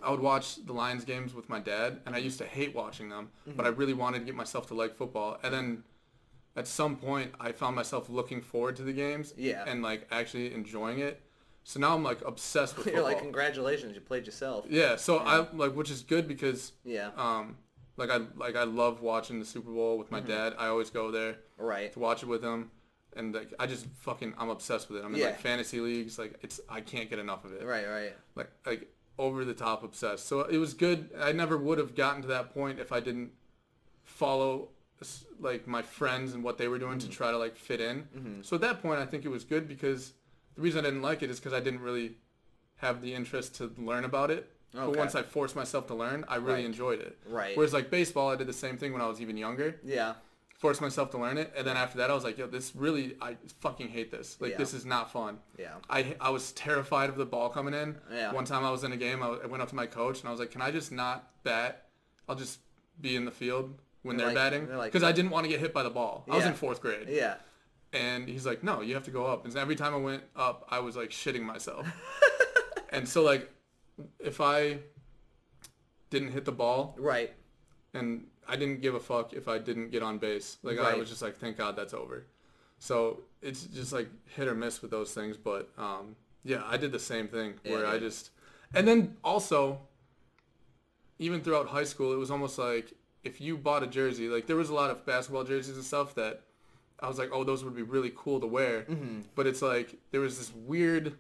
B: I would watch the Lions games with my dad, and I used to hate watching them, but
A: Mm-hmm.
B: I really wanted to get myself to like football. And then at some point, I found myself looking forward to the games
A: Yeah.
B: and like actually enjoying it. So now I'm like obsessed with
A: you're
B: football.
A: like congratulations, you played yourself.
B: yeah, so I like which is good because
A: Yeah,
B: um like I like I love watching the Super Bowl with
A: Mm-hmm.
B: my dad. I always go there
A: right.
B: to watch it with him. And like I just fucking I'm obsessed with it. I'm in
A: Yeah.
B: like fantasy leagues. Like it's I can't get enough of it
A: Right, right.
B: like like over the top obsessed. So it was good. I never would have gotten to that point if I didn't follow s- like my friends and what they were
A: Mm-hmm.
B: doing to try to like fit in. So at that point, I think it was good because the reason I didn't like it is because I didn't really have the interest to learn about it. But
A: Okay.
B: once I forced myself to learn, I
A: Right.
B: really enjoyed it.
A: Right.
B: Whereas like baseball, I did the same thing when I was even younger.
A: Yeah,
B: Forced myself to learn it, and then after that, I was like, "Yo, this really, I fucking hate this. Like,
A: Yeah.
B: this is not fun."
A: yeah.
B: I, I was terrified of the ball coming in.
A: Yeah.
B: One time I was in a game, I, I went up to my coach and I was like, "Can I just not bat? I'll just be in the field
A: They're
B: when they're,
A: like-
B: batting
A: they're like-
B: because I didn't want to get hit by the ball." I was
A: Yeah.
B: in fourth grade,
A: Yeah.
B: and he's like, "No, you have to go up." And every time I went up, I was like shitting myself. and so like, if I didn't hit the ball
A: Right.
B: and I didn't give a fuck if I didn't get on base, like I
A: Right.
B: was just like, "Thank God that's over." So it's just like hit or miss with those things. But um, yeah, I did the same thing where
A: Yeah,
B: I
A: dude.
B: just, and then also, even throughout high school, it was almost like if you bought a jersey, like there was a lot of basketball jerseys and stuff that I was like, oh, those would be really cool to wear.
A: Mm-hmm.
B: But it's like there was this weird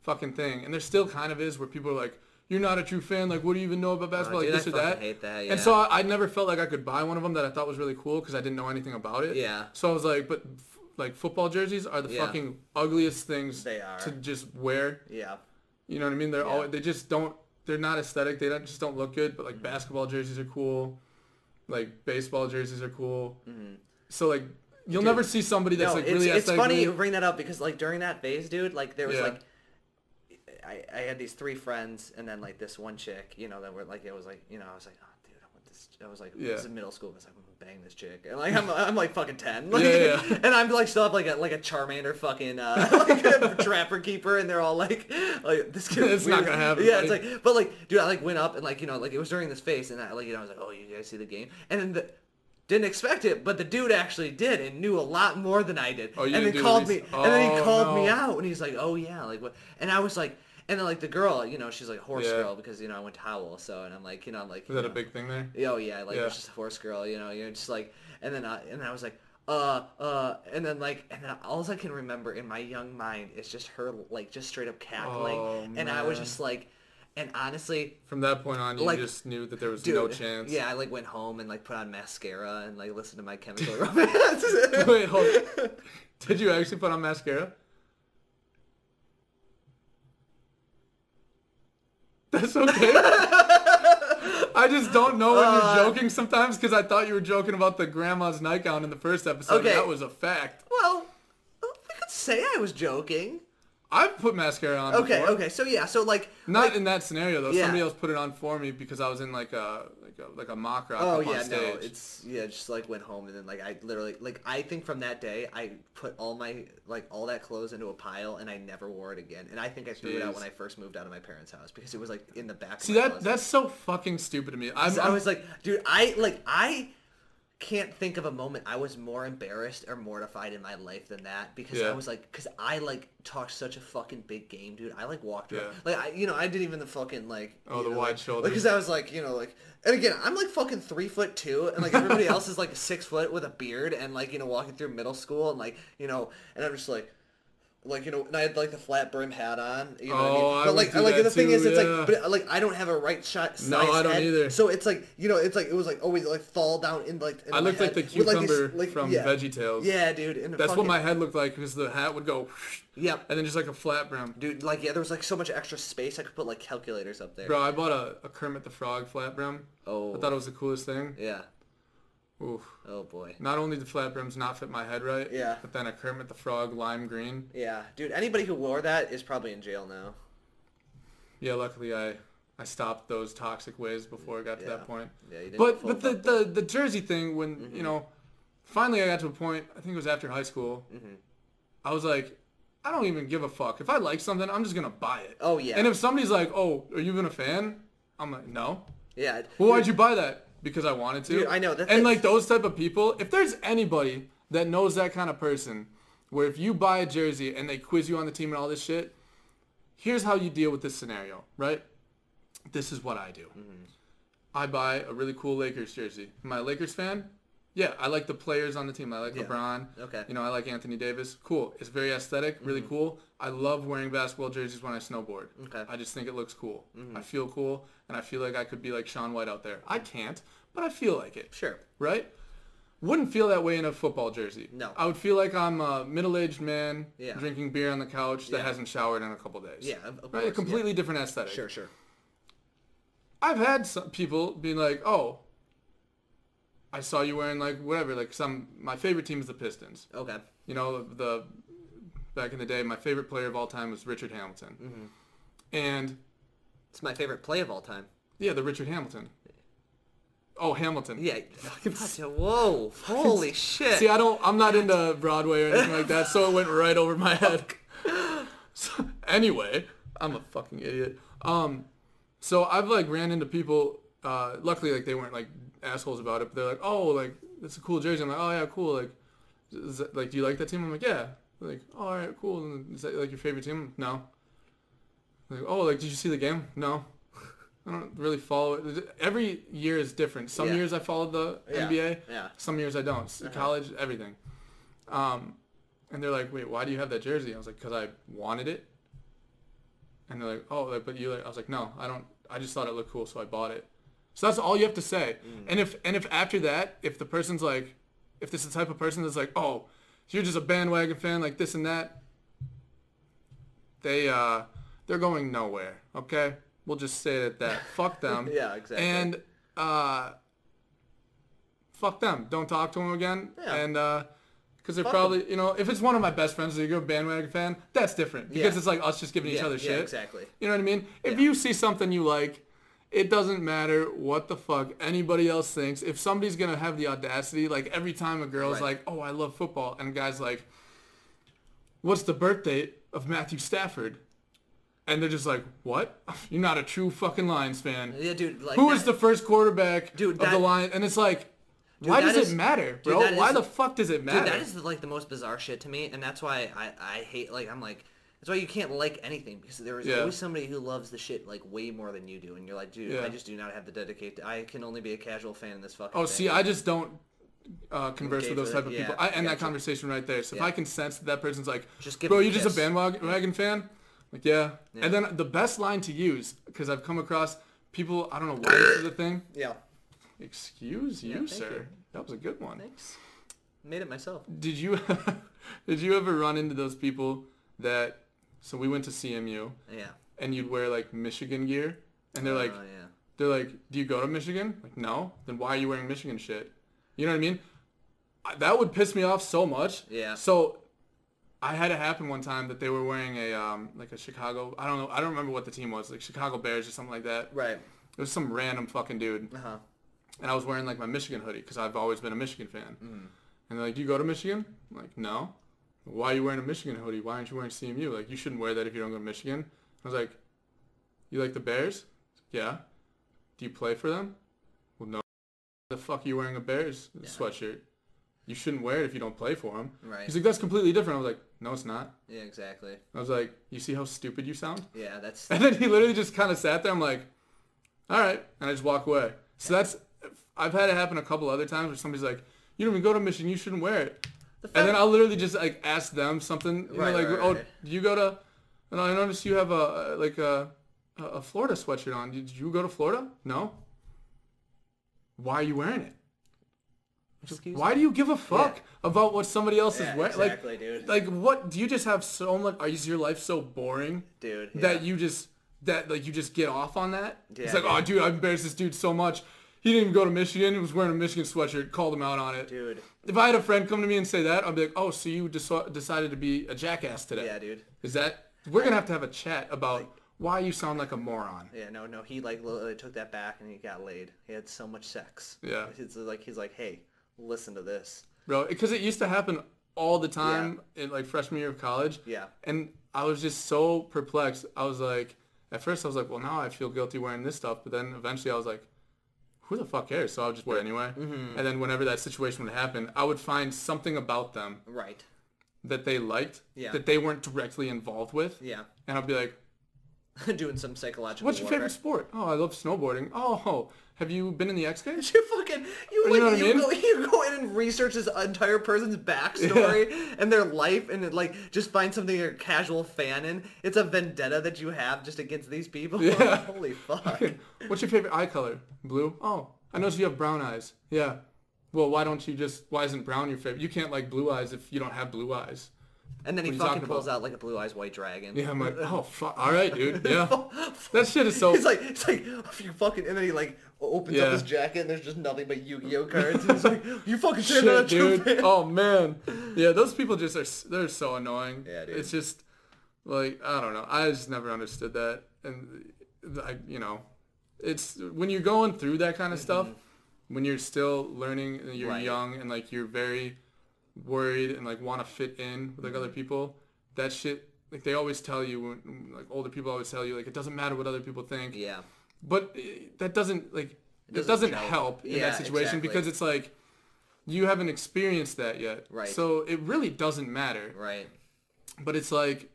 B: fucking thing, and there still kind of is where people are like. You're not a true fan. Like, what do you even know about basketball?
A: Oh, dude,
B: like this
A: I
B: or
A: fucking
B: that.
A: hate that, yeah.
B: And so I, I never felt like I could buy one of them that I thought was really cool because I didn't know anything about it.
A: Yeah.
B: So I was like, but f- like football jerseys are the
A: Yeah.
B: fucking ugliest things
A: They are.
B: to just wear.
A: Yeah.
B: You know what I mean? They're
A: Yeah. Mm-hmm.
B: always they just don't they're not aesthetic. They don't, just don't look good. But like basketball jerseys are cool. Like baseball jerseys are cool. So like you'll never see somebody that's
A: Mm-hmm. no,
B: like
A: it's,
B: really
A: it's funny
B: aesthetically.
A: you bring that up because like during that phase, dude, like there was
B: Yeah.
A: like I, I had these three friends and then like this one chick, you know, that were like it was like you know I was like oh dude I want this I was like
B: Yeah.
A: this is middle school I was like I'm gonna bang this chick and like I'm, I'm like fucking ten like,
B: Yeah, yeah.
A: and I'm like still have like a like a Charmander fucking uh, like a trapper keeper and they're all like like this kid
B: It's not gonna happen,
A: yeah it's
B: buddy.
A: like but like dude I like went up and like you know like it was during this phase and I like you know I was like oh you guys see the game and then the didn't expect it, but the dude actually did and knew a lot more than I did.
B: Oh, you
A: and then
B: didn't do
A: called me,
B: research.
A: and then he
B: Oh,
A: called me
B: no.
A: out out and he's like oh yeah like what and i was like and then like the girl you know she's like a horse
B: Yeah.
A: girl because you know i went to howell so and i'm like you know i'm like
B: Is that a big thing there?
A: oh yeah like
B: Yeah.
A: it's just a horse girl you know you're just like and then I, and then i was like uh uh and then like and then all i can remember in my young mind is just her like just straight up cackling
B: Oh,
A: and i was
B: man.
A: just like and honestly
B: From that point on, you
A: Like,
B: just knew that there was
A: dude
B: no chance.
A: yeah i like went home and like put on mascara and like listened to my chemical romance
B: Wait, hold. on. Did you actually put on mascara? That's okay. I just don't know when
A: Uh,
B: you're joking sometimes because I thought you were joking about the grandma's nightgown in the first episode. and
A: Okay.
B: That was a fact.
A: well i could say i was joking
B: I've put mascara on
A: okay
B: before.
A: okay so yeah so like
B: Not in that scenario though.
A: Yeah.
B: Somebody else put it on for me because I was in like a like a like a mock rock
A: Oh
B: up on
A: yeah,
B: stage.
A: no, it's yeah, just like went home and then like I literally like I think from that day I put all my like all that clothes into a pile and I never wore it again. And I think I threw it out
B: Jeez.
A: when I first moved out of my parents' house because it was like in the back.
B: See
A: of my
B: that
A: closet.
B: that's so fucking stupid to me. I'm,
A: So I
B: I'm-
A: was like, dude, I like I can't think of a moment I was more embarrassed or mortified in my life than that because
B: Yeah.
A: I was like, because I like talked such a fucking big game, dude. I like walked around,
B: Yeah.
A: like I, you know, I didn't even the fucking like
B: Oh,
A: you
B: the
A: know,
B: wide
A: like-
B: shoulders.
A: because I was like, you know, like and again, I'm like fucking three foot two, and like everybody else is like six foot with a beard and like you know walking through middle school and like you know, and I'm just like. Like you know, and I had like the flat brim hat on. You know
B: Oh,
A: what I mean?
B: I
A: But
B: would
A: like,
B: do
A: like
B: that
A: the thing
B: too,
A: is, it's
B: yeah.
A: like, but like I don't have a right shot. Size
B: No, I don't
A: head,
B: either.
A: So it's like you know, it's like it was like always like fall down in like. In
B: I
A: my
B: looked like the
A: head with, like, these-
B: cucumber
A: like,
B: from
A: yeah.
B: VeggieTales.
A: Yeah, dude. And
B: That's what
A: fucking-
B: my head looked like because the hat would go,
A: Yep.
B: and then just like a flat brim.
A: Dude, like yeah, there was like so much extra space. I could put like calculators up there.
B: Bro, I bought a, a Kermit the Frog flat brim.
A: Oh.
B: I thought it was the coolest thing.
A: Yeah.
B: Oof.
A: Oh boy.
B: Not only did flat brims not fit my head right,
A: Yeah.
B: but then a Kermit the Frog lime green.
A: Yeah, dude. Anybody who wore that is probably in jail now.
B: Yeah, luckily I, I stopped those toxic ways before it got to
A: Yeah.
B: that point.
A: Yeah, you didn't
B: But
A: full
B: but the,
A: bubble.
B: the the jersey thing when
A: Mm-hmm.
B: you know, finally I got to a point. I think it was after high school.
A: Mm-hmm.
B: I was like, I don't even give a fuck. If I like something, I'm just gonna buy it.
A: Oh, yeah.
B: And if somebody's like, oh, are you even a fan? I'm like, no.
A: Yeah. it-
B: Well, why'd you buy that? Because I wanted to.
A: Dude, I know, that's
B: and
A: it.
B: like those type of people, if there's anybody that knows that kind of person, where if you buy a jersey and they quiz you on the team and all this shit, here's how you deal with this scenario, right? This is what I do.
A: Mm-hmm.
B: I buy a really cool Lakers jersey. Am I a Lakers fan? Yeah, I like the players on the team. I like LeBron.
A: Okay. Mm-hmm.
B: You know, I like Anthony Davis. Cool. It's very aesthetic, really cool. I love wearing basketball jerseys when I snowboard.
A: Okay.
B: I just think it looks cool.
A: Mm-hmm.
B: I feel cool, and I feel like I could be like Sean White out there. I can't, but I feel like it.
A: Sure.
B: Right? Wouldn't feel that way in a football jersey.
A: No.
B: I would feel like I'm a middle-aged man
A: Yeah.
B: drinking beer on the couch that
A: Yeah.
B: hasn't showered in a couple days.
A: Yeah, of- of
B: right? A
A: course, yeah.
B: completely different aesthetic.
A: Sure. Sure.
B: I've had some people being like, "Oh, I saw you wearing like whatever, like some my favorite team is the Pistons."
A: Okay.
B: You know, the back in the day, my favorite player of all time was Richard Hamilton.
A: Mm-hmm.
B: And
A: It's my favorite play of all time.
B: yeah, the Richard Hamilton. Oh, Hamilton.
A: Yeah. Fucking. Whoa. Holy shit.
B: See, I don't. I'm not into Broadway or anything like that, so it went right over my head. So, anyway, I'm a fucking idiot. Um, so I've like ran into people. Uh, luckily, like they weren't like assholes about it, but they're like, "Oh, like it's a cool jersey." I'm like, "Oh yeah, cool." Like, is that, like do you like that team? I'm like, "Yeah." They're like, "Oh, all right, cool." And is that like your favorite team? No. Like, oh, like did you see the game? No. I don't really follow it. Every year is different. Some
A: Yeah.
B: years I followed the
A: Yeah,
B: NBA.
A: yeah. Uh-huh.
B: Some years I don't. S- College, everything. Um, and they're like, wait, why do you have that jersey? I was like, because I wanted it. And they're like, oh, like, but you like, I was like, no, I don't. I just thought it looked cool, so I bought it. So that's all you have to say.
A: Mm.
B: And if and if after that, if the person's like, if this is the type of person that's like, oh, you're just a bandwagon fan, like this and that, they uh, they're going nowhere. Okay, we'll just say it at that. Fuck them.
A: Yeah, exactly.
B: And uh, fuck them. Don't talk to them again.
A: Yeah.
B: And uh, because they're
A: Fuck
B: probably, you know, if it's one of my best friends, that you're a bandwagon fan, that's different because
A: Yeah.
B: it's like us just giving each
A: Yeah,
B: other
A: yeah,
B: shit.
A: exactly.
B: You know what I mean? If you see something you like, it doesn't matter what the fuck anybody else thinks. If somebody's gonna have the audacity, like every time a girl's
A: Right.
B: like, "Oh, I love football," and a guys like, "What's the birth date of Matthew Stafford?" And they're just like, "What? You're not a true fucking Lions fan."
A: Yeah, dude. Like
B: Who
A: that-
B: was the first quarterback
A: Dude,
B: of the
A: that-
B: line? And it's like, why
A: that
B: does
A: is-
B: it matter,
A: dude,
B: bro?
A: that
B: why
A: is-
B: the fuck does it matter?
A: Dude, that is like the most bizarre shit to me, and that's why I, I hate like I'm like that's why you can't like anything because there is
B: Yeah.
A: always somebody who loves the shit like way more than you do, and you're like, dude,
B: Yeah.
A: I just do not have the dedication. I can only be a casual fan in this fucking.
B: oh,
A: thing.
B: see, I just don't uh, converse
A: Engage
B: with those
A: with
B: type
A: it,
B: of
A: yeah,
B: people. I end that
A: gotcha.
B: conversation right there. So if
A: Yeah.
B: I can sense that that person's like,
A: Just give
B: bro,
A: them a
B: you're just a
A: kiss."
B: bandwagon wagon fan? Like, yeah.
A: Yeah.
B: And then the best line to use, because I've come across people, I don't know why this is a thing.
A: yeah,
B: Excuse you,
A: thank
B: sir.
A: you.
B: That was a good one.
A: thanks. Made it myself.
B: Did you did you ever run into those people that, so we went to CMU,
A: Yeah.
B: and you'd wear like Michigan gear, and they're like,
A: Oh, yeah.
B: They're like, "Do you go to Michigan?" Like, "No." Then why are you wearing Michigan shit? You know what I mean? I- That would piss me off so much.
A: Yeah.
B: So, I had it happen one time that they were wearing a um like a Chicago. I don't know. I don't remember what the team was. Like Chicago Bears or something like that.
A: Right.
B: It was some random fucking dude,
A: Uh huh.
B: and I was wearing like my Michigan hoodie because I've always been a Michigan fan.
A: Mm-hmm.
B: And they're like, "Do you go to Michigan?" I'm like, "No." Why are you wearing a Michigan hoodie? Why aren't you wearing CMU? Like, you shouldn't wear that if you don't go to Michigan. I was like, "You like the Bears?" Yeah. Do you play for them? Well, no. The fuck are you wearing a Bears sweatshirt? You shouldn't wear it if you don't play for them.
A: Right.
B: He's like, "That's completely different." I was like, "No, it's not."
A: Yeah. Exactly.
B: I was like, "You see how stupid you sound?"
A: Yeah. That's
B: And then he literally just kind of sat there. I'm like, all right. And I just walk away. So that's, I've had it happen a couple other times where somebody's like, you don't even go to Michigan. You shouldn't wear it.
A: The fact
B: and then I'll literally just like ask them something. You
A: Right,
B: know, like,
A: right,
B: oh,
A: right.
B: do you go to? And I noticed you have a like a a Florida sweatshirt on. Did you go to Florida? No. Why are you wearing it? Just,
A: Excuse
B: why do you give a fuck about what somebody else
A: Yeah,
B: is wearing?
A: exactly,
B: like,
A: dude.
B: like what? Do you just have so much? Are is your life so boring?
A: dude, yeah.
B: that you just that like you just get off on that.
A: Yeah,
B: it's like,
A: yeah.
B: oh, dude, I embarrassed this dude so much. He didn't go to Michigan. He was wearing a Michigan sweatshirt. Called him out on it.
A: dude,
B: If I had a friend come to me and say that, I'd be like, oh, so you deso- decided to be a jackass today?
A: yeah, dude.
B: Is that we're gonna have to have a chat about why you sound like a moron?
A: Yeah, no, no. He like literally took that back and he got laid. He had so much sex.
B: Yeah.
A: It's like he's like, hey, listen to this.
B: bro because it used to happen all the time in like freshman year of college
A: Yeah.
B: and i was just so perplexed i was like at first i was like well now i feel guilty wearing this stuff but then eventually i was like who the fuck cares so i'll just wear it anyway
A: Mm-hmm.
B: and then whenever that situation would happen i would find something about them
A: Right.
B: that they liked
A: Yeah.
B: that they weren't directly involved with
A: Yeah.
B: and i'd be like
A: Doing some psychological.
B: what's your
A: warfare.
B: favorite sport oh i love snowboarding oh have you been in the x games
A: You fucking you like
B: know what I
A: you,
B: mean?
A: go, you go in and research this entire person's backstory and their life and then, like just find something you're a casual fan in. It's a vendetta that you have just against these people.
B: Yeah.
A: Holy fuck.
B: What's your favorite eye color? Blue. Oh, I noticed you have brown eyes. Yeah. Well, why don't you just? Why isn't brown your favorite? You can't like blue eyes if you don't have blue eyes.
A: And then he
B: you
A: fucking
B: talking
A: pulls
B: about?
A: out like a blue eyes white dragon.
B: Yeah, I'm like, oh fuck. All right, dude. Yeah. That shit is so.
A: It's like it's like if you fucking and then he like opens up
B: Yeah.
A: his jacket and there's just nothing but Yu-Gi-Oh cards. And he's like, you fucking shit,
B: Shit,
A: not
B: dude.
A: dude.
B: Oh man. Yeah, those people just are. s- They're so annoying.
A: Yeah, dude.
B: It's just like I don't know. I just never understood that, and I, you know, it's when you're going through that kind of stuff, when you're still learning and
A: Mm-hmm.
B: you're
A: Right.
B: young and like you're very worried and like want to fit in with like
A: Mm-hmm.
B: other people. That shit. Like they always tell you, when, like older people always tell you, like it doesn't matter what other people think
A: Yeah.
B: but eh, that doesn't like it doesn't,
A: doesn't help.
B: help in
A: Yeah,
B: that situation
A: exactly.
B: because it's like you haven't experienced that yet
A: Right.
B: so it really doesn't matter
A: Right.
B: but it's like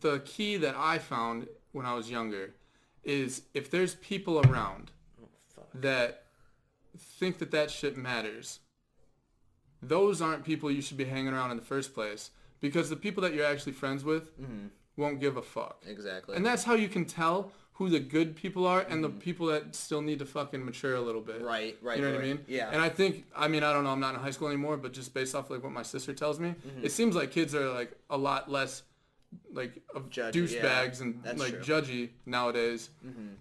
B: the key that i found when i was younger is if there's people around
A: Oh, fuck.
B: that think that that shit matters those aren't people you should be hanging around in the first place because the people that you're actually friends with
A: Mm-hmm.
B: won't give a fuck
A: Exactly.
B: and that's how you can tell who the good people are and the people that still need to fucking mature a little bit.
A: Mm-hmm. Right, right,
B: You know what
A: right.
B: I mean?
A: Yeah.
B: And I think, I mean, I don't know, I'm not in high school anymore, but just based off like what my sister tells me,
A: Mm-hmm.
B: it seems like kids are like a lot less like of
A: Judgy,
B: douchebags
A: yeah.
B: and
A: That's
B: like
A: true. Mm-hmm.
B: judgy nowadays,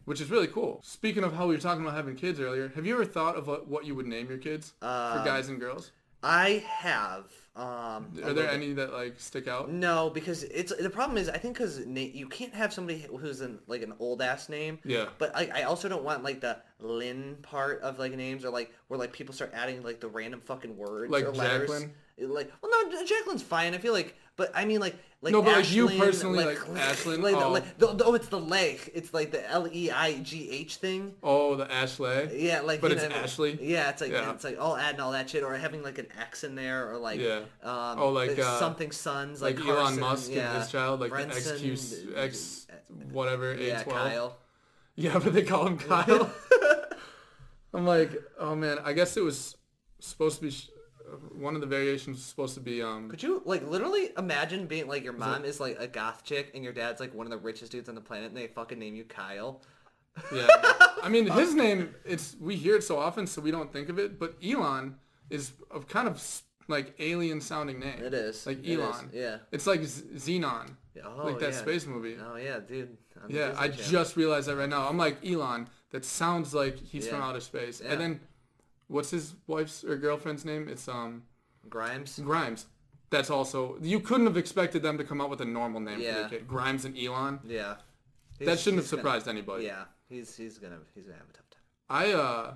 B: which is really cool. Speaking of how we were talking about having kids earlier, have you ever thought of what, what you would name your kids for guys and girls?
A: I have. Um, a
B: Are
A: little
B: there any that like stick out?
A: No, because it's the problem is I think because na- you can't have somebody who's in like an old ass name.
B: Yeah.
A: But I, I also don't want like the Lynn part of like names or like where like people start adding like the random fucking words
B: Like
A: or letters.
B: Jacqueline?
A: Like well no Jacqueline's fine I feel like but I mean like like
B: No, but, like, you
A: Ashlyn,
B: personally, like, Ashlyn?
A: like, the,
B: Oh.
A: like the, the- oh it's the leg it's like the L E I G H thing.
B: Oh, the Ashley.
A: Yeah, like
B: But
A: you
B: it's
A: know,
B: Ashley?
A: Yeah, it's like
B: Yeah.
A: it's like all adding all that shit, or having like an X in there, or like
B: Yeah.
A: um,
B: Oh, like,
A: there's
B: uh,
A: something sons like,
B: like, Elon
A: Carson,
B: Musk
A: yeah,
B: and his child, like
A: Brenson,
B: the XQ, X whatever,
A: yeah,
B: A12.
A: Kyle.
B: Yeah, but they call him Kyle. I'm like, oh man, I guess it was supposed to be, sh- uh, one of the variations was supposed to be, um,
A: Could you like literally imagine being like your mom is like a goth chick and your dad's like one of the richest dudes on the planet and they fucking name you Kyle?
B: yeah. I mean, his name, it's, we hear it so often, so we don't think of it, but Elon is a kind of s- like alien sounding name.
A: It is.
B: Like
A: It is,
B: Elon.
A: yeah.
B: It's like Z- Xenon.
A: Oh,
B: like that
A: yeah.
B: space movie.
A: Oh yeah, dude. on the
B: Yeah,
A: Disney
B: I
A: Channel.
B: just realized that right now. I'm like Elon. That sounds like he's from
A: Yeah.
B: outer space.
A: Yeah.
B: And then, what's his wife's or girlfriend's name? It's um
A: Grimes.
B: Grimes. That's also you couldn't have expected them to come up with a normal name for
A: Yeah.
B: their kid. Grimes and Elon.
A: Yeah.
B: that
A: He's-
B: shouldn't have
A: he's gonna-
B: surprised anybody.
A: yeah, he's he's gonna he's gonna have a tough time.
B: I uh,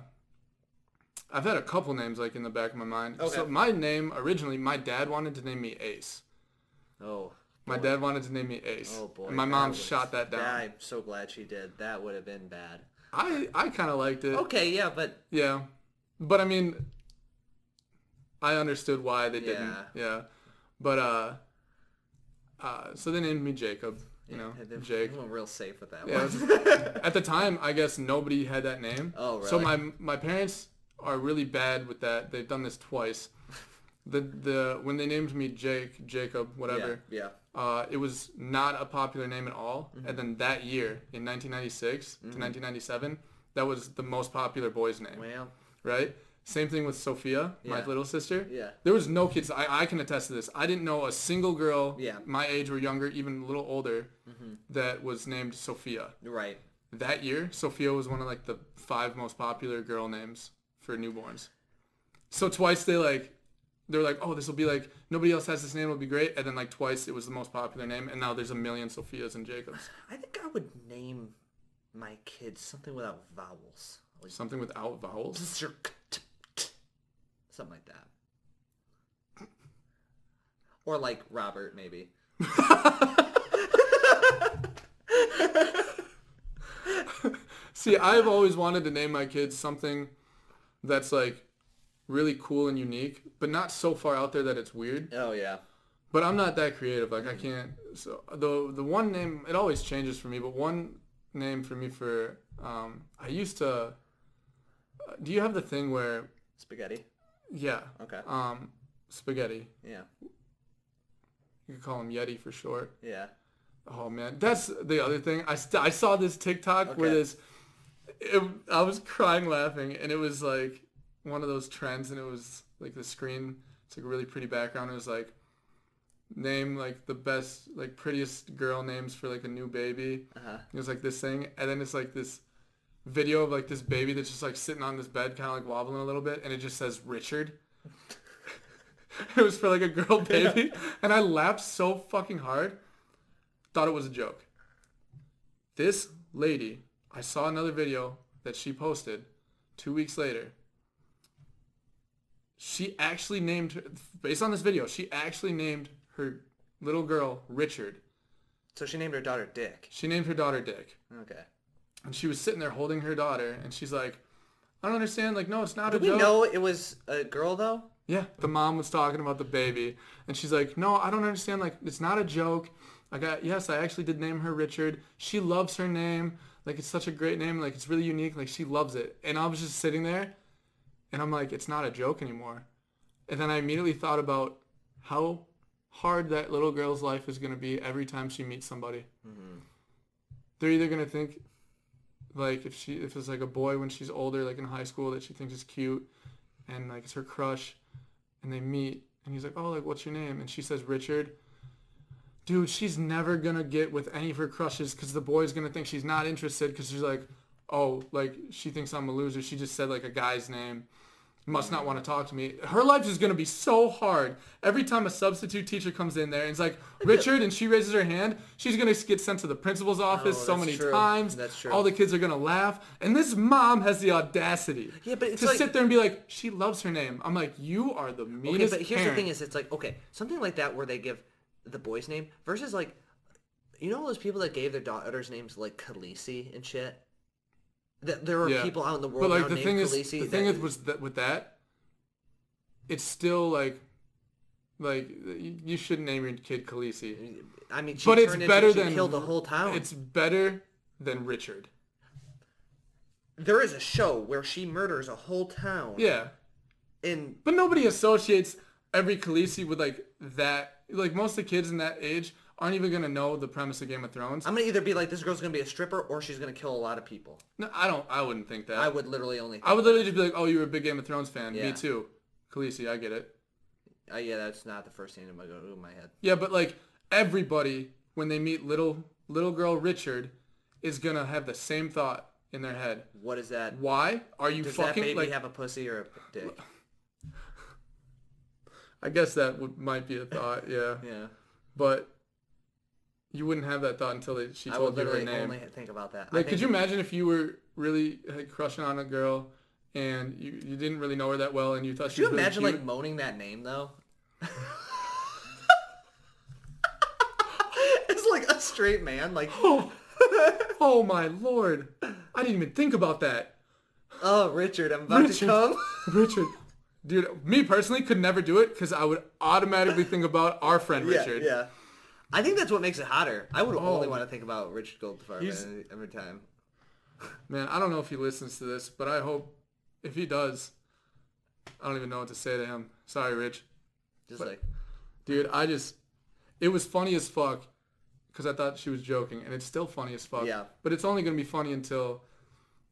B: I've had a couple names like in the back of my mind.
A: Okay.
B: So my name originally, my dad wanted to name me Ace.
A: Oh.
B: My dad wanted to name me Ace.
A: Oh boy.
B: And my
A: that
B: mom
A: was-
B: shot that down.
A: I'm so glad she did. That would have been bad.
B: I I kind of liked it.
A: Okay, yeah, but
B: Yeah, but I mean, I understood why they didn't.
A: Yeah.
B: Yeah, but uh, uh, so they named me Jacob. You know,
A: they-
B: Jake.
A: they went real safe with that one.
B: Yeah, it's- at the time, I guess nobody had that name.
A: Oh,
B: So my
A: really?
B: my parents are really bad with that. They've done this twice. the the when they named me Jake, Jacob, whatever.
A: Yeah. yeah. Mm-hmm.
B: Uh, it was not a popular name at all. And then that year, in 1996 to 1997, that was the most popular boy's name,
A: Well,
B: right? Same thing with Sophia, my
A: Yeah.
B: little sister.
A: Yeah.
B: There was no kids. I, I can attest to this. I didn't know a single girl
A: Yeah. Mm-hmm.
B: my age or younger, even a little older, that was named Sophia.
A: right.
B: That year, Sophia was one of like the five most popular girl names for newborns. So twice they like, they're like, oh, this will be like nobody else has this name. It'll be great. And then like twice it was the most popular name, and now there's a million Sophias and Jacobs.
A: I think I would name my kids something without vowels, like
B: Something without vowels.
A: something like that, or like Robert maybe.
B: See, I've always wanted to name my kids something that's like really cool and unique, but not so far out there that it's weird.
A: Oh yeah.
B: But I'm not that creative. Like I can't. So the the one name it always changes for me. But one name for me for um, I used to. Do you have the thing where
A: Spaghetti.
B: yeah
A: Okay.
B: um spaghetti?
A: Yeah.
B: You could call him Yeti for short.
A: Yeah.
B: Oh man, that's the other thing. I st- I saw this TikTok where
A: Okay.
B: this, it, I was crying laughing, and it was like one of those trends, and it was like the screen. It's like a really pretty background. It was like, name like the best like prettiest girl names for like a new baby.
A: Uh-huh.
B: It was like this thing, and then it's like this video of like this baby that's just like sitting on this bed, kind of like wobbling a little bit, and it just says Richard. it was for like a girl baby, and I laughed so fucking hard, thought it was a joke. This lady, I saw another video that she posted two weeks later. She actually named, her, based on this video, she actually named her little girl Richard.
A: So she named her daughter Dick.
B: She named her daughter Dick
A: Okay.
B: and she was sitting there holding her daughter, and she's like, "I don't understand. Like, no, it's not
A: Did
B: a
A: we
B: joke."
A: know it was a girl though?
B: Yeah, the mom was talking about the baby, and she's like, "No, I don't understand. Like, it's not a joke. Like, I yes, I actually did name her Richard. She loves her name. Like, it's such a great name. Like, it's really unique. Like, she loves it." And I was just sitting there, and I'm like, "It's not a joke anymore." And then I immediately thought about how hard that little girl's life is going to be every time she meets somebody.
A: Mm-hmm.
B: They're either going to think, like, if she if it's like a boy when she's older, like in high school, that she thinks is cute, and like it's her crush, and they meet, and he's like, oh, like what's your name? And she says Richard. Dude, she's never gonna get with any of her crushes because the boy's gonna think she's not interested because she's like, oh, like she thinks I'm a loser. She just said like a guy's name must not want to talk to me. Her life is going to be so hard. Every time a substitute teacher comes in there and it's like, Richard, and she raises her hand, she's going to get sent to the principal's office so
A: Oh, that's
B: many
A: true.
B: times.
A: That's true.
B: All the kids are going to laugh. And this mom has the audacity
A: Yeah, but it's
B: to
A: like-
B: sit there and be like, she loves her name. I'm like, you are the meanest
A: Okay, but here's
B: parent.
A: the thing: is it's like okay, something like that where they give the boy's name versus like, you know, those people that gave their daughters names like Khaleesi and shit. That there are
B: Yeah.
A: people out in the world
B: But like
A: now
B: the
A: named
B: thing is,
A: Khaleesi.
B: the
A: that-
B: thing is, was that with that, it's still like, like you you shouldn't name your kid Khaleesi.
A: I mean, she
B: but it's
A: turned
B: better
A: into, she
B: than
A: killed the whole town.
B: It's better than Richard.
A: There is a show where she murders a whole town.
B: Yeah,
A: and
B: but nobody associates every Khaleesi with like that. Like most of the kids in that age aren't even gonna know the premise of Game of Thrones.
A: I'm gonna either be like, this girl's gonna be a stripper, or she's gonna kill a lot of people.
B: no, I don't. I wouldn't think that. I
A: I would literally only.
B: would literally just be like, "Oh, you were a big Game of Thrones fan. Me
A: Yeah.
B: too, Khaleesi. I get it."
A: Uh, yeah, that's not the first thing that might go through my head.
B: Yeah, but like everybody when they meet little little girl Richard is gonna have the same thought in their head.
A: What is that?
B: Why are you
A: Does that
B: fucking
A: baby
B: like?
A: have a pussy or a dick?
B: I guess that would, might be a thought. Yeah.
A: Yeah.
B: but you wouldn't have that thought until they, she
A: I would
B: told you her
A: literally
B: name.
A: only think about that. I
B: like, could
A: think-
B: you imagine if you were really like, crushing on a girl and you, you didn't really know her that well and you thought she
A: Could you
B: was really
A: imagine
B: cute?
A: like moaning that name though? it's like a straight man, like,
B: oh my lord, I didn't even think about that,
A: oh Richard, I'm about
B: Richard.
A: to come.
B: Richard. Dude, me personally could never do it because I would automatically think about our friend Richard.
A: Yeah, yeah. I think that's what makes it hotter. I would only
B: Oh.
A: want to think about Richard Goldfarb
B: He's-
A: every, every time.
B: Man, I don't know if he listens to this, but I hope if he does, I don't even know what to say to him. Sorry, Rich.
A: Just
B: But-
A: like
B: Dude, I just, it was funny as fuck because I thought she was joking, and it's still funny as fuck.
A: Yeah.
B: But it's only gonna be funny until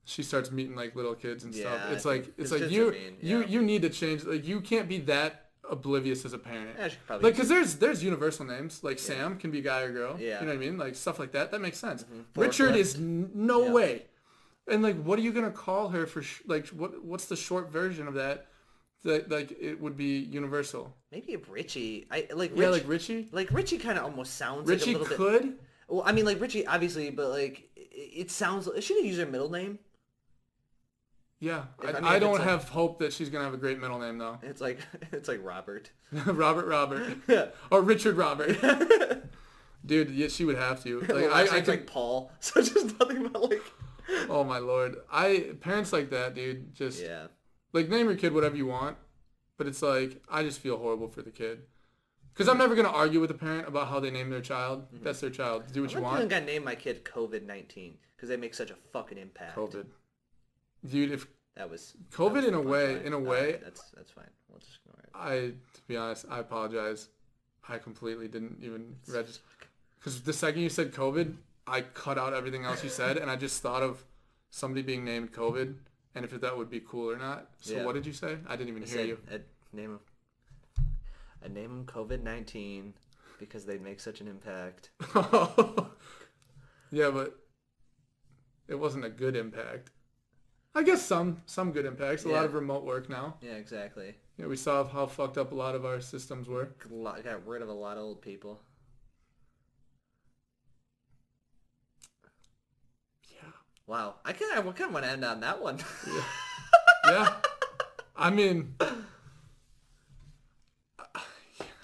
B: she starts meeting like little kids and
A: Yeah,
B: stuff. It's
A: I
B: like
A: think- 'cause
B: it's like
A: kids
B: you
A: are mean,
B: you
A: yeah.
B: you need to change. Like you can't be that oblivious as a parent.
A: Yeah, she could probably-
B: like because there's there's universal names like Sam can be guy or girl.
A: Yeah.
B: You know what I mean? Like stuff like that. That makes sense.
A: Forklift.
B: Richard is n- no
A: Yeah.
B: way. And like, what are you gonna call her for? Sh- like, what what's the short version of that? That like it would be universal.
A: maybe if Richie. I like Rich,
B: Yeah, like Richie.
A: like Richie kind of almost sounds
B: Richie
A: like a little bit.
B: could.
A: Well, I mean like Richie obviously, but like it, it sounds. She could use her middle name.
B: Yeah, I,
A: I mean,
B: I
A: if
B: don't
A: it's a-
B: have hope that she's gonna have a great middle name though.
A: It's like it's like Robert.
B: Robert Robert or Richard Robert. Dude, yeah, she would have to. Like,
A: Like,
B: I, I
A: I,
B: could,
A: like Paul, so just nothing but like.
B: oh my lord, I parents like that, dude. Just
A: Yeah.
B: like name your kid whatever you want, but it's like I just feel horrible for the kid because
A: Mm-hmm.
B: I'm never gonna argue with a parent about how they name their child. That's their child. Do what
A: I'm
B: you
A: not even
B: want.
A: gonna name my kid COVID nineteen because they make such a fucking impact.
B: COVID, dude. If
A: That was
B: COVID
A: that was
B: in
A: the
B: a way-
A: punchline.
B: in a
A: All
B: way-
A: right, that's that's fine. We'll just ignore it.
B: I, to be honest, I apologize. I completely didn't even register. Because the second you said COVID, I cut out everything else you said, and I just thought of somebody being named COVID, and if that would be cool or not. So
A: Yeah.
B: what did you say? I didn't even
A: I
B: hear
A: said
B: you.
A: I'd name him. I name him COVID nineteen because they make such an impact.
B: yeah, but it wasn't a good impact. I guess some some good impacts. A
A: Yeah.
B: lot of remote work now.
A: Yeah, exactly.
B: You know, we saw how fucked up a lot of our systems were.
A: Got a lot- got rid of a lot of old people.
B: Yeah.
A: Wow, I kind of, I kind of want to end on that one.
B: yeah. I mean,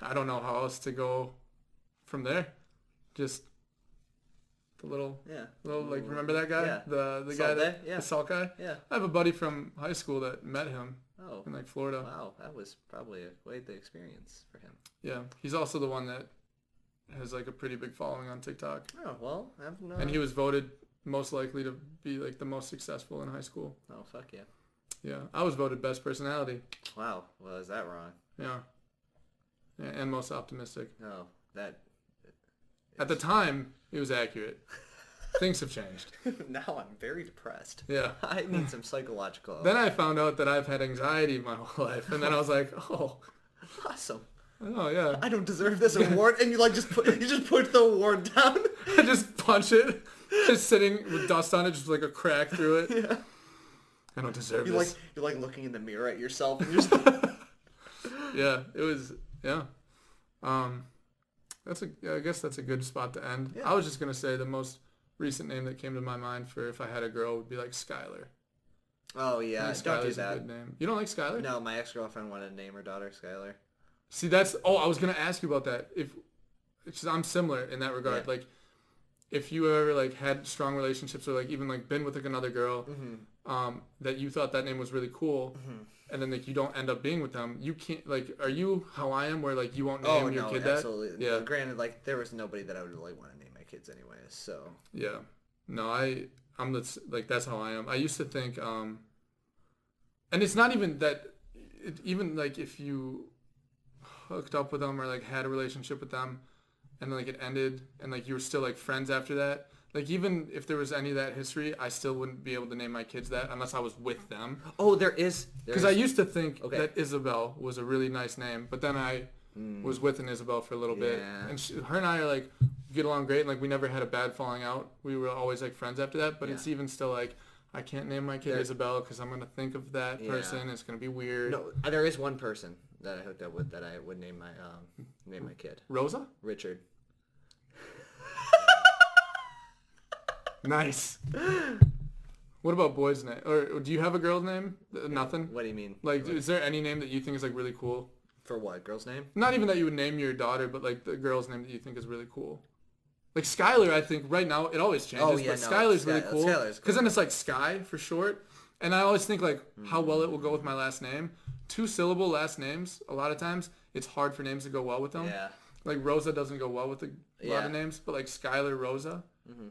B: I don't know how else to go from there. Just the little,
A: yeah.
B: little like remember that guy,
A: Yeah.
B: the the
A: Salt
B: guy that
A: guy? Yeah.
B: the salt guy.
A: Yeah.
B: I have a buddy from high school that met him
A: Oh,
B: in like Florida.
A: wow, that was probably a quite the experience for him.
B: Yeah, he's also the one that has like a pretty big following on TikTok,
A: Oh well, I've no.
B: and he was voted most likely to be like the most successful in high school.
A: oh fuck yeah!
B: Yeah, I was voted best personality.
A: Wow, well is that wrong?
B: Yeah, yeah and most optimistic.
A: No, Oh, that
B: At the time, it was accurate. Things have changed.
A: now I'm very depressed.
B: Yeah.
A: I need some psychological.
B: Then I found out that I've had anxiety my whole life, and then I was like, oh,
A: awesome.
B: oh yeah.
A: I don't deserve this award, and you like just put you just push the award down.
B: I just punch it, just sitting with dust on it, just like a crack through it. Yeah. I don't deserve
A: You like
B: this.
A: you're like looking in the mirror at yourself, and you're just
B: Yeah, it was. Yeah. Um, that's a. yeah, I guess that's a good spot to end.
A: Yeah.
B: I was just gonna say the most recent name that came to my mind for if I had a girl would be like Skylar.
A: oh
B: I
A: yeah,
B: think
A: don't do
B: Skylar's a
A: that.
B: good name. You don't like Skylar?
A: No, my ex girlfriend wanted to name her daughter Skylar.
B: See, that's oh, I was gonna ask you about that. If because I'm similar in that regard,
A: Yeah.
B: like if you ever like had strong relationships or like even like been with like another girl
A: Mm-hmm.
B: um, that you thought that name was really cool, and then like you don't end up being with them, you can't like. Are you how I am, where like you won't name
A: Oh
B: your
A: no,
B: kid
A: absolutely.
B: that? Yeah,
A: Granted, like there was nobody that I would really want to name my kids anyway. So
B: yeah. No, I I'm the, s- like that's how I am. I used to think, um, and it's not even that. It, even like if you hooked up with them or like had a relationship with them, and like it ended, and like you were still like friends after that. Like even if there was any of that history, I still wouldn't be able to name my kids that unless I was with them.
A: oh, there is there
B: Because I
A: is-
B: used to think
A: Okay.
B: that Isabel was a really nice name, but then I was with an Isabel for a little bit,
A: Hmm. Yeah.
B: and she, her and I are like get along great, and like we never had a bad falling out. We were always like friends after that. But it's
A: Yeah.
B: even still like I can't name my kid
A: There-
B: Isabel because I'm gonna think of that
A: Yeah.
B: person. It's gonna be weird.
A: no, there is one person that I hooked up with that I would name my um name my kid
B: Rosa.
A: Richard.
B: Nice. what about boys' name? Or do you have a girl's name? Uh, Nothing.
A: What do you mean?
B: Like, is there any name that you think is like really cool?
A: for what girl's name?
B: Not even that you would name your daughter, but like the girl's name that you think is really cool. Like Skylar, I think right now it always changes,
A: Oh, yeah,
B: but
A: no,
B: Skylar's
A: Sky-
B: really cool.
A: Skylar's cool.
B: Because then it's like Sky for short, and I always think like how well it will go with my last name. Two syllable last names. A lot of times it's hard for names to go well with them.
A: Yeah.
B: Like Rosa doesn't go well with a lot
A: Yeah. Mm-hmm.
B: of names, but like Skylar Rosa,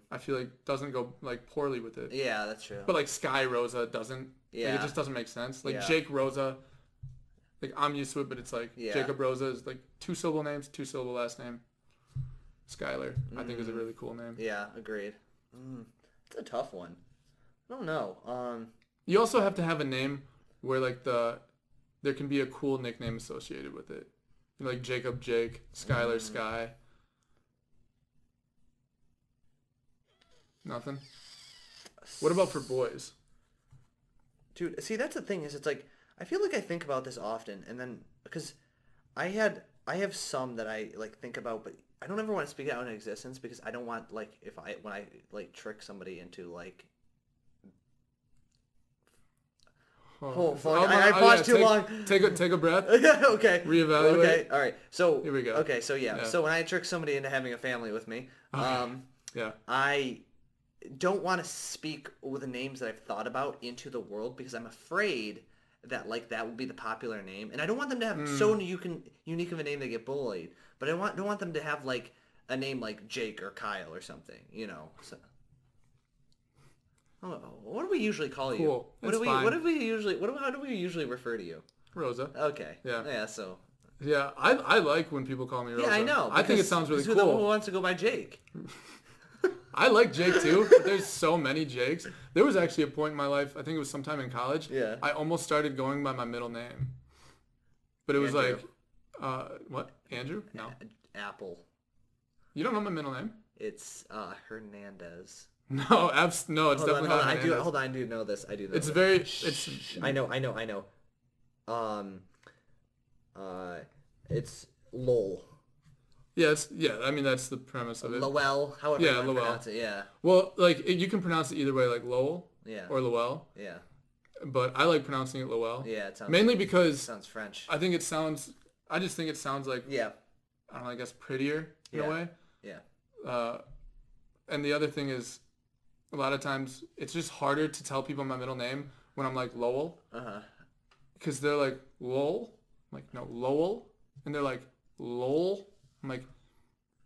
B: I feel like doesn't go like poorly with it.
A: Yeah, that's true.
B: But like Sky Rosa doesn't. Like,
A: Yeah.
B: it just doesn't make sense. Like
A: Yeah.
B: Jake Rosa Like I'm used to it, but it's like
A: Yeah.
B: Jacob Rosa is like two syllable names, two syllable last name. Skyler, I think, is
A: Mm.
B: a really cool name.
A: Yeah, agreed. Mm, it's a tough one. I don't know. Um,
B: You also have to have a name where like the there can be a cool nickname associated with it. You know, like Jacob Jake, Skylar
A: Mm.
B: Sky. Nothing. What about for boys?
A: dude, see that's the thing is it's like I feel like I think about this often, and then because I had I have some that I like think about, but I don't ever want to speak it out in existence because I don't want like if I when I like trick somebody into like Oh, fuck. I- I paused too
B: take-
A: long.
B: Take a take a breath.
A: okay.
B: Reevaluate.
A: Okay. All right. So
B: Here we go.
A: Okay. So yeah.
B: Yeah.
A: So when I trick somebody into having a family with me, um,
B: Yeah.
A: I don't want to speak with the names that I've thought about into the world because I'm afraid that like that will be the popular name, and I don't want them to have so
B: Mm.
A: you can unique of a name they get bullied. But I want don't want them to have like a name like Jake or Kyle or something. You know. So. Oh, what do we usually call you?
B: Cool.
A: What
B: It's
A: do we?
B: fine.
A: What do we usually? What do, how do we usually refer to you?
B: Rosa.
A: Okay.
B: Yeah.
A: Yeah. So.
B: Yeah, I, I like when people call me Rosa.
A: Yeah, I know.
B: I think it
A: because-
B: sounds really
A: because Who the hell
B: cool.
A: wants to go by Jake?
B: I like Jake too. But there's so many Jakes. There was actually a point in my life. I think it was sometime in college.
A: Yeah.
B: I almost started going by my middle name, but it was
A: Andrew.
B: like, uh, what Andrew? No,
A: Apple.
B: you don't know my middle name.
A: It's uh, Hernandez.
B: No, abs- no, it's
A: Hold on,
B: definitely
A: hold on.
B: not.
A: I do.
B: Hernandez.
A: Hold on. I do know this. I do know.
B: It's
A: this.
B: very. It's
A: I know. I know. I know. Um. Uh, it's Lowell.
B: yes, yeah. I mean, that's the premise of it.
A: Lowell. However
B: Yeah,
A: you wanna
B: Lowell.
A: pronounce it. Yeah.
B: Well, like it, you can pronounce it either way, like Lowell
A: Yeah.
B: or Lowell,
A: yeah.
B: but I like pronouncing it Lowell.
A: Yeah. It sounds.
B: Mainly because
A: sounds French.
B: I think it sounds. I just think it sounds like
A: yeah.
B: I don't know, I guess prettier in
A: Yeah.
B: a way.
A: Yeah.
B: Uh, and the other thing is, a lot of times it's just harder to tell people my middle name when I'm like Lowell,
A: Uh huh.
B: because they're like Lowell, I'm like no Lowell, and they're like Lowell. I'm like,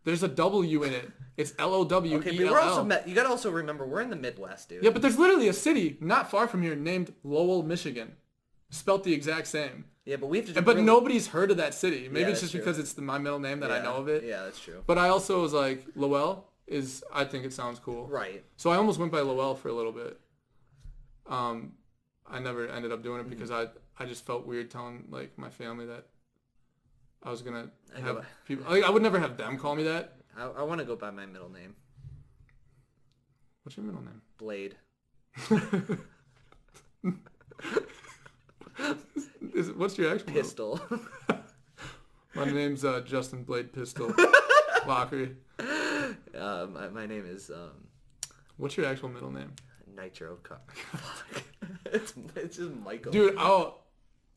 B: there's a W in it. It's L O W
A: Okay,
B: E
A: but
B: L
A: we're also.
B: L.
A: Me- you gotta also remember we're in the Midwest, dude.
B: Yeah, but there's literally a city not far from here named Lowell, Michigan, spelt the exact same.
A: Yeah, but we have to. do
B: But
A: really-
B: nobody's heard of that city. Maybe
A: Yeah, that's
B: it's just
A: true.
B: because it's the, my middle name that I
A: Yeah,
B: know of it.
A: Yeah, that's true.
B: But I also was like, Lowell is, I think it sounds cool.
A: Right.
B: So I almost went by Lowell for a little bit. Um, I never ended up
A: Mm-hmm.
B: doing it because I, I just felt weird telling like my family that I was gonna
A: I
B: have
A: know.
B: people. Like, I would never have them call me that.
A: I, I want to go by my middle name,
B: What's your middle name?
A: Blade.
B: Is, what's your actual? middle-
A: Pistol.
B: My name's uh, Justin Blade Pistol Lockery.
A: uh, my, my name is um,
B: What's your actual middle name,
A: Nitro Cup. Fuck. it's it's just Michael.
B: dude? Oh,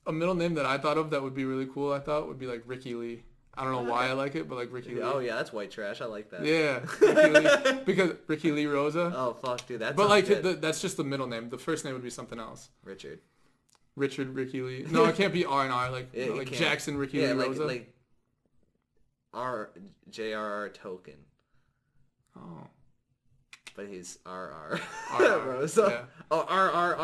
B: a middle name that I thought of that would be really cool. I thought would be like Ricky Lee. I don't know why I like it, but like Ricky Lee.
A: Oh yeah, that's white trash. I like that.
B: Yeah, Ricky Lee, because Ricky Lee Rosa.
A: Oh fuck, dude. That's
B: but like
A: good.
B: the, that's just the middle name. The first name would be something else.
A: Richard.
B: Richard Ricky Lee. No, it can't be R and R like you
A: Yeah,
B: know,
A: you
B: like
A: can't-
B: Jackson Ricky
A: yeah,
B: Lee
A: like,
B: Rosa.
A: Like R JRR Token,
B: oh.
A: but he's RR
B: RR,
A: Rosa.
B: yeah.
A: Oh RRR.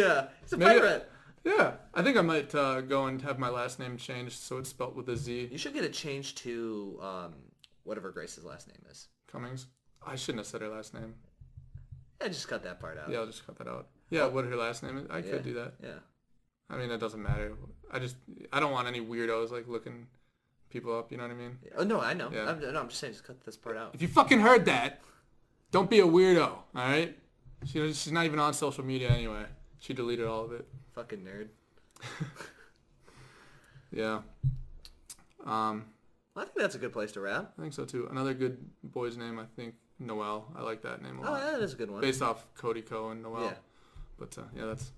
A: yeah, he's a
B: Maybe-
A: pirate.
B: Yeah, I think I might uh, go and have my last name changed so it's spelt with a Z.
A: You should get it changed to um whatever Grace's last name is.
B: Cummings. I shouldn't have said her last name.
A: I just cut that part out.
B: Yeah, I'll just cut that out. Yeah, what her last name is.
A: Oh.
B: I
A: Yeah.
B: could do that.
A: Yeah.
B: I mean, it doesn't matter. I just I don't want any weirdos like looking people up. You know what I mean?
A: Oh no, I know.
B: Yeah.
A: I'm, no, I'm just saying, just cut this part out.
B: If you fucking heard that, don't be a weirdo, all right? She, she's not even on social media anyway. She deleted all of it.
A: Fucking nerd.
B: Yeah. Um,
A: Well, I think that's a good place to wrap.
B: I think so too. Another good boy's name, I think, Noel. I like that name a
A: Oh,
B: lot.
A: that is a good one.
B: Based off Cody Coe and Noel.
A: Yeah.
B: But uh, yeah, that's.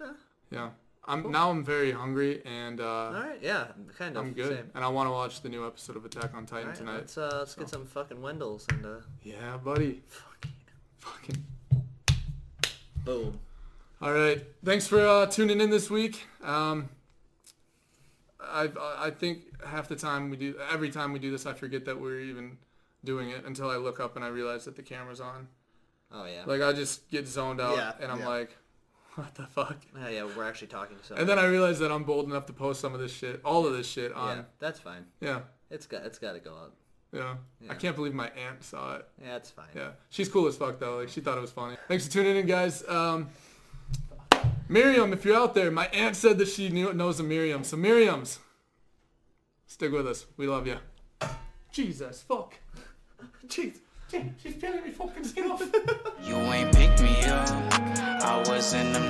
A: Yeah.
B: Yeah. I'm now I'm very hungry and uh,
A: All right. Yeah. Kind of.
B: I'm good
A: Same.
B: and I want to watch the new episode of Attack on Titan
A: All right,
B: tonight.
A: let's uh, let's get some fucking Wendell's and uh,
B: Yeah, buddy.
A: fuck yeah.
B: Fucking.
A: boom.
B: All right. Thanks for uh, tuning in this week. Um, I I think half the time we do every time we do this I forget that we're even doing it until I look up and I realize that the camera's on.
A: Oh yeah.
B: Like I just get zoned out
A: Yeah,
B: and I'm
A: yeah.
B: like, What the fuck?
A: Yeah, yeah, we're actually talking to someone.
B: And then I realized that I'm bold enough to post some of this shit, all of this shit
A: yeah,
B: on.
A: that's fine.
B: Yeah.
A: It's got it's got to go out.
B: Yeah. I can't believe my aunt saw it.
A: Yeah, it's fine.
B: Yeah. She's cool as fuck though. Like she thought it was funny. Thanks for tuning in, guys. Um, Miriam, if you're out there, my aunt said that she knew, knows a Miriam. So Miriams, stick with us. We love you. Jesus fuck. Jeez. She's peeling me fucking skin off.
C: You ain't pick me up. I was in the oh.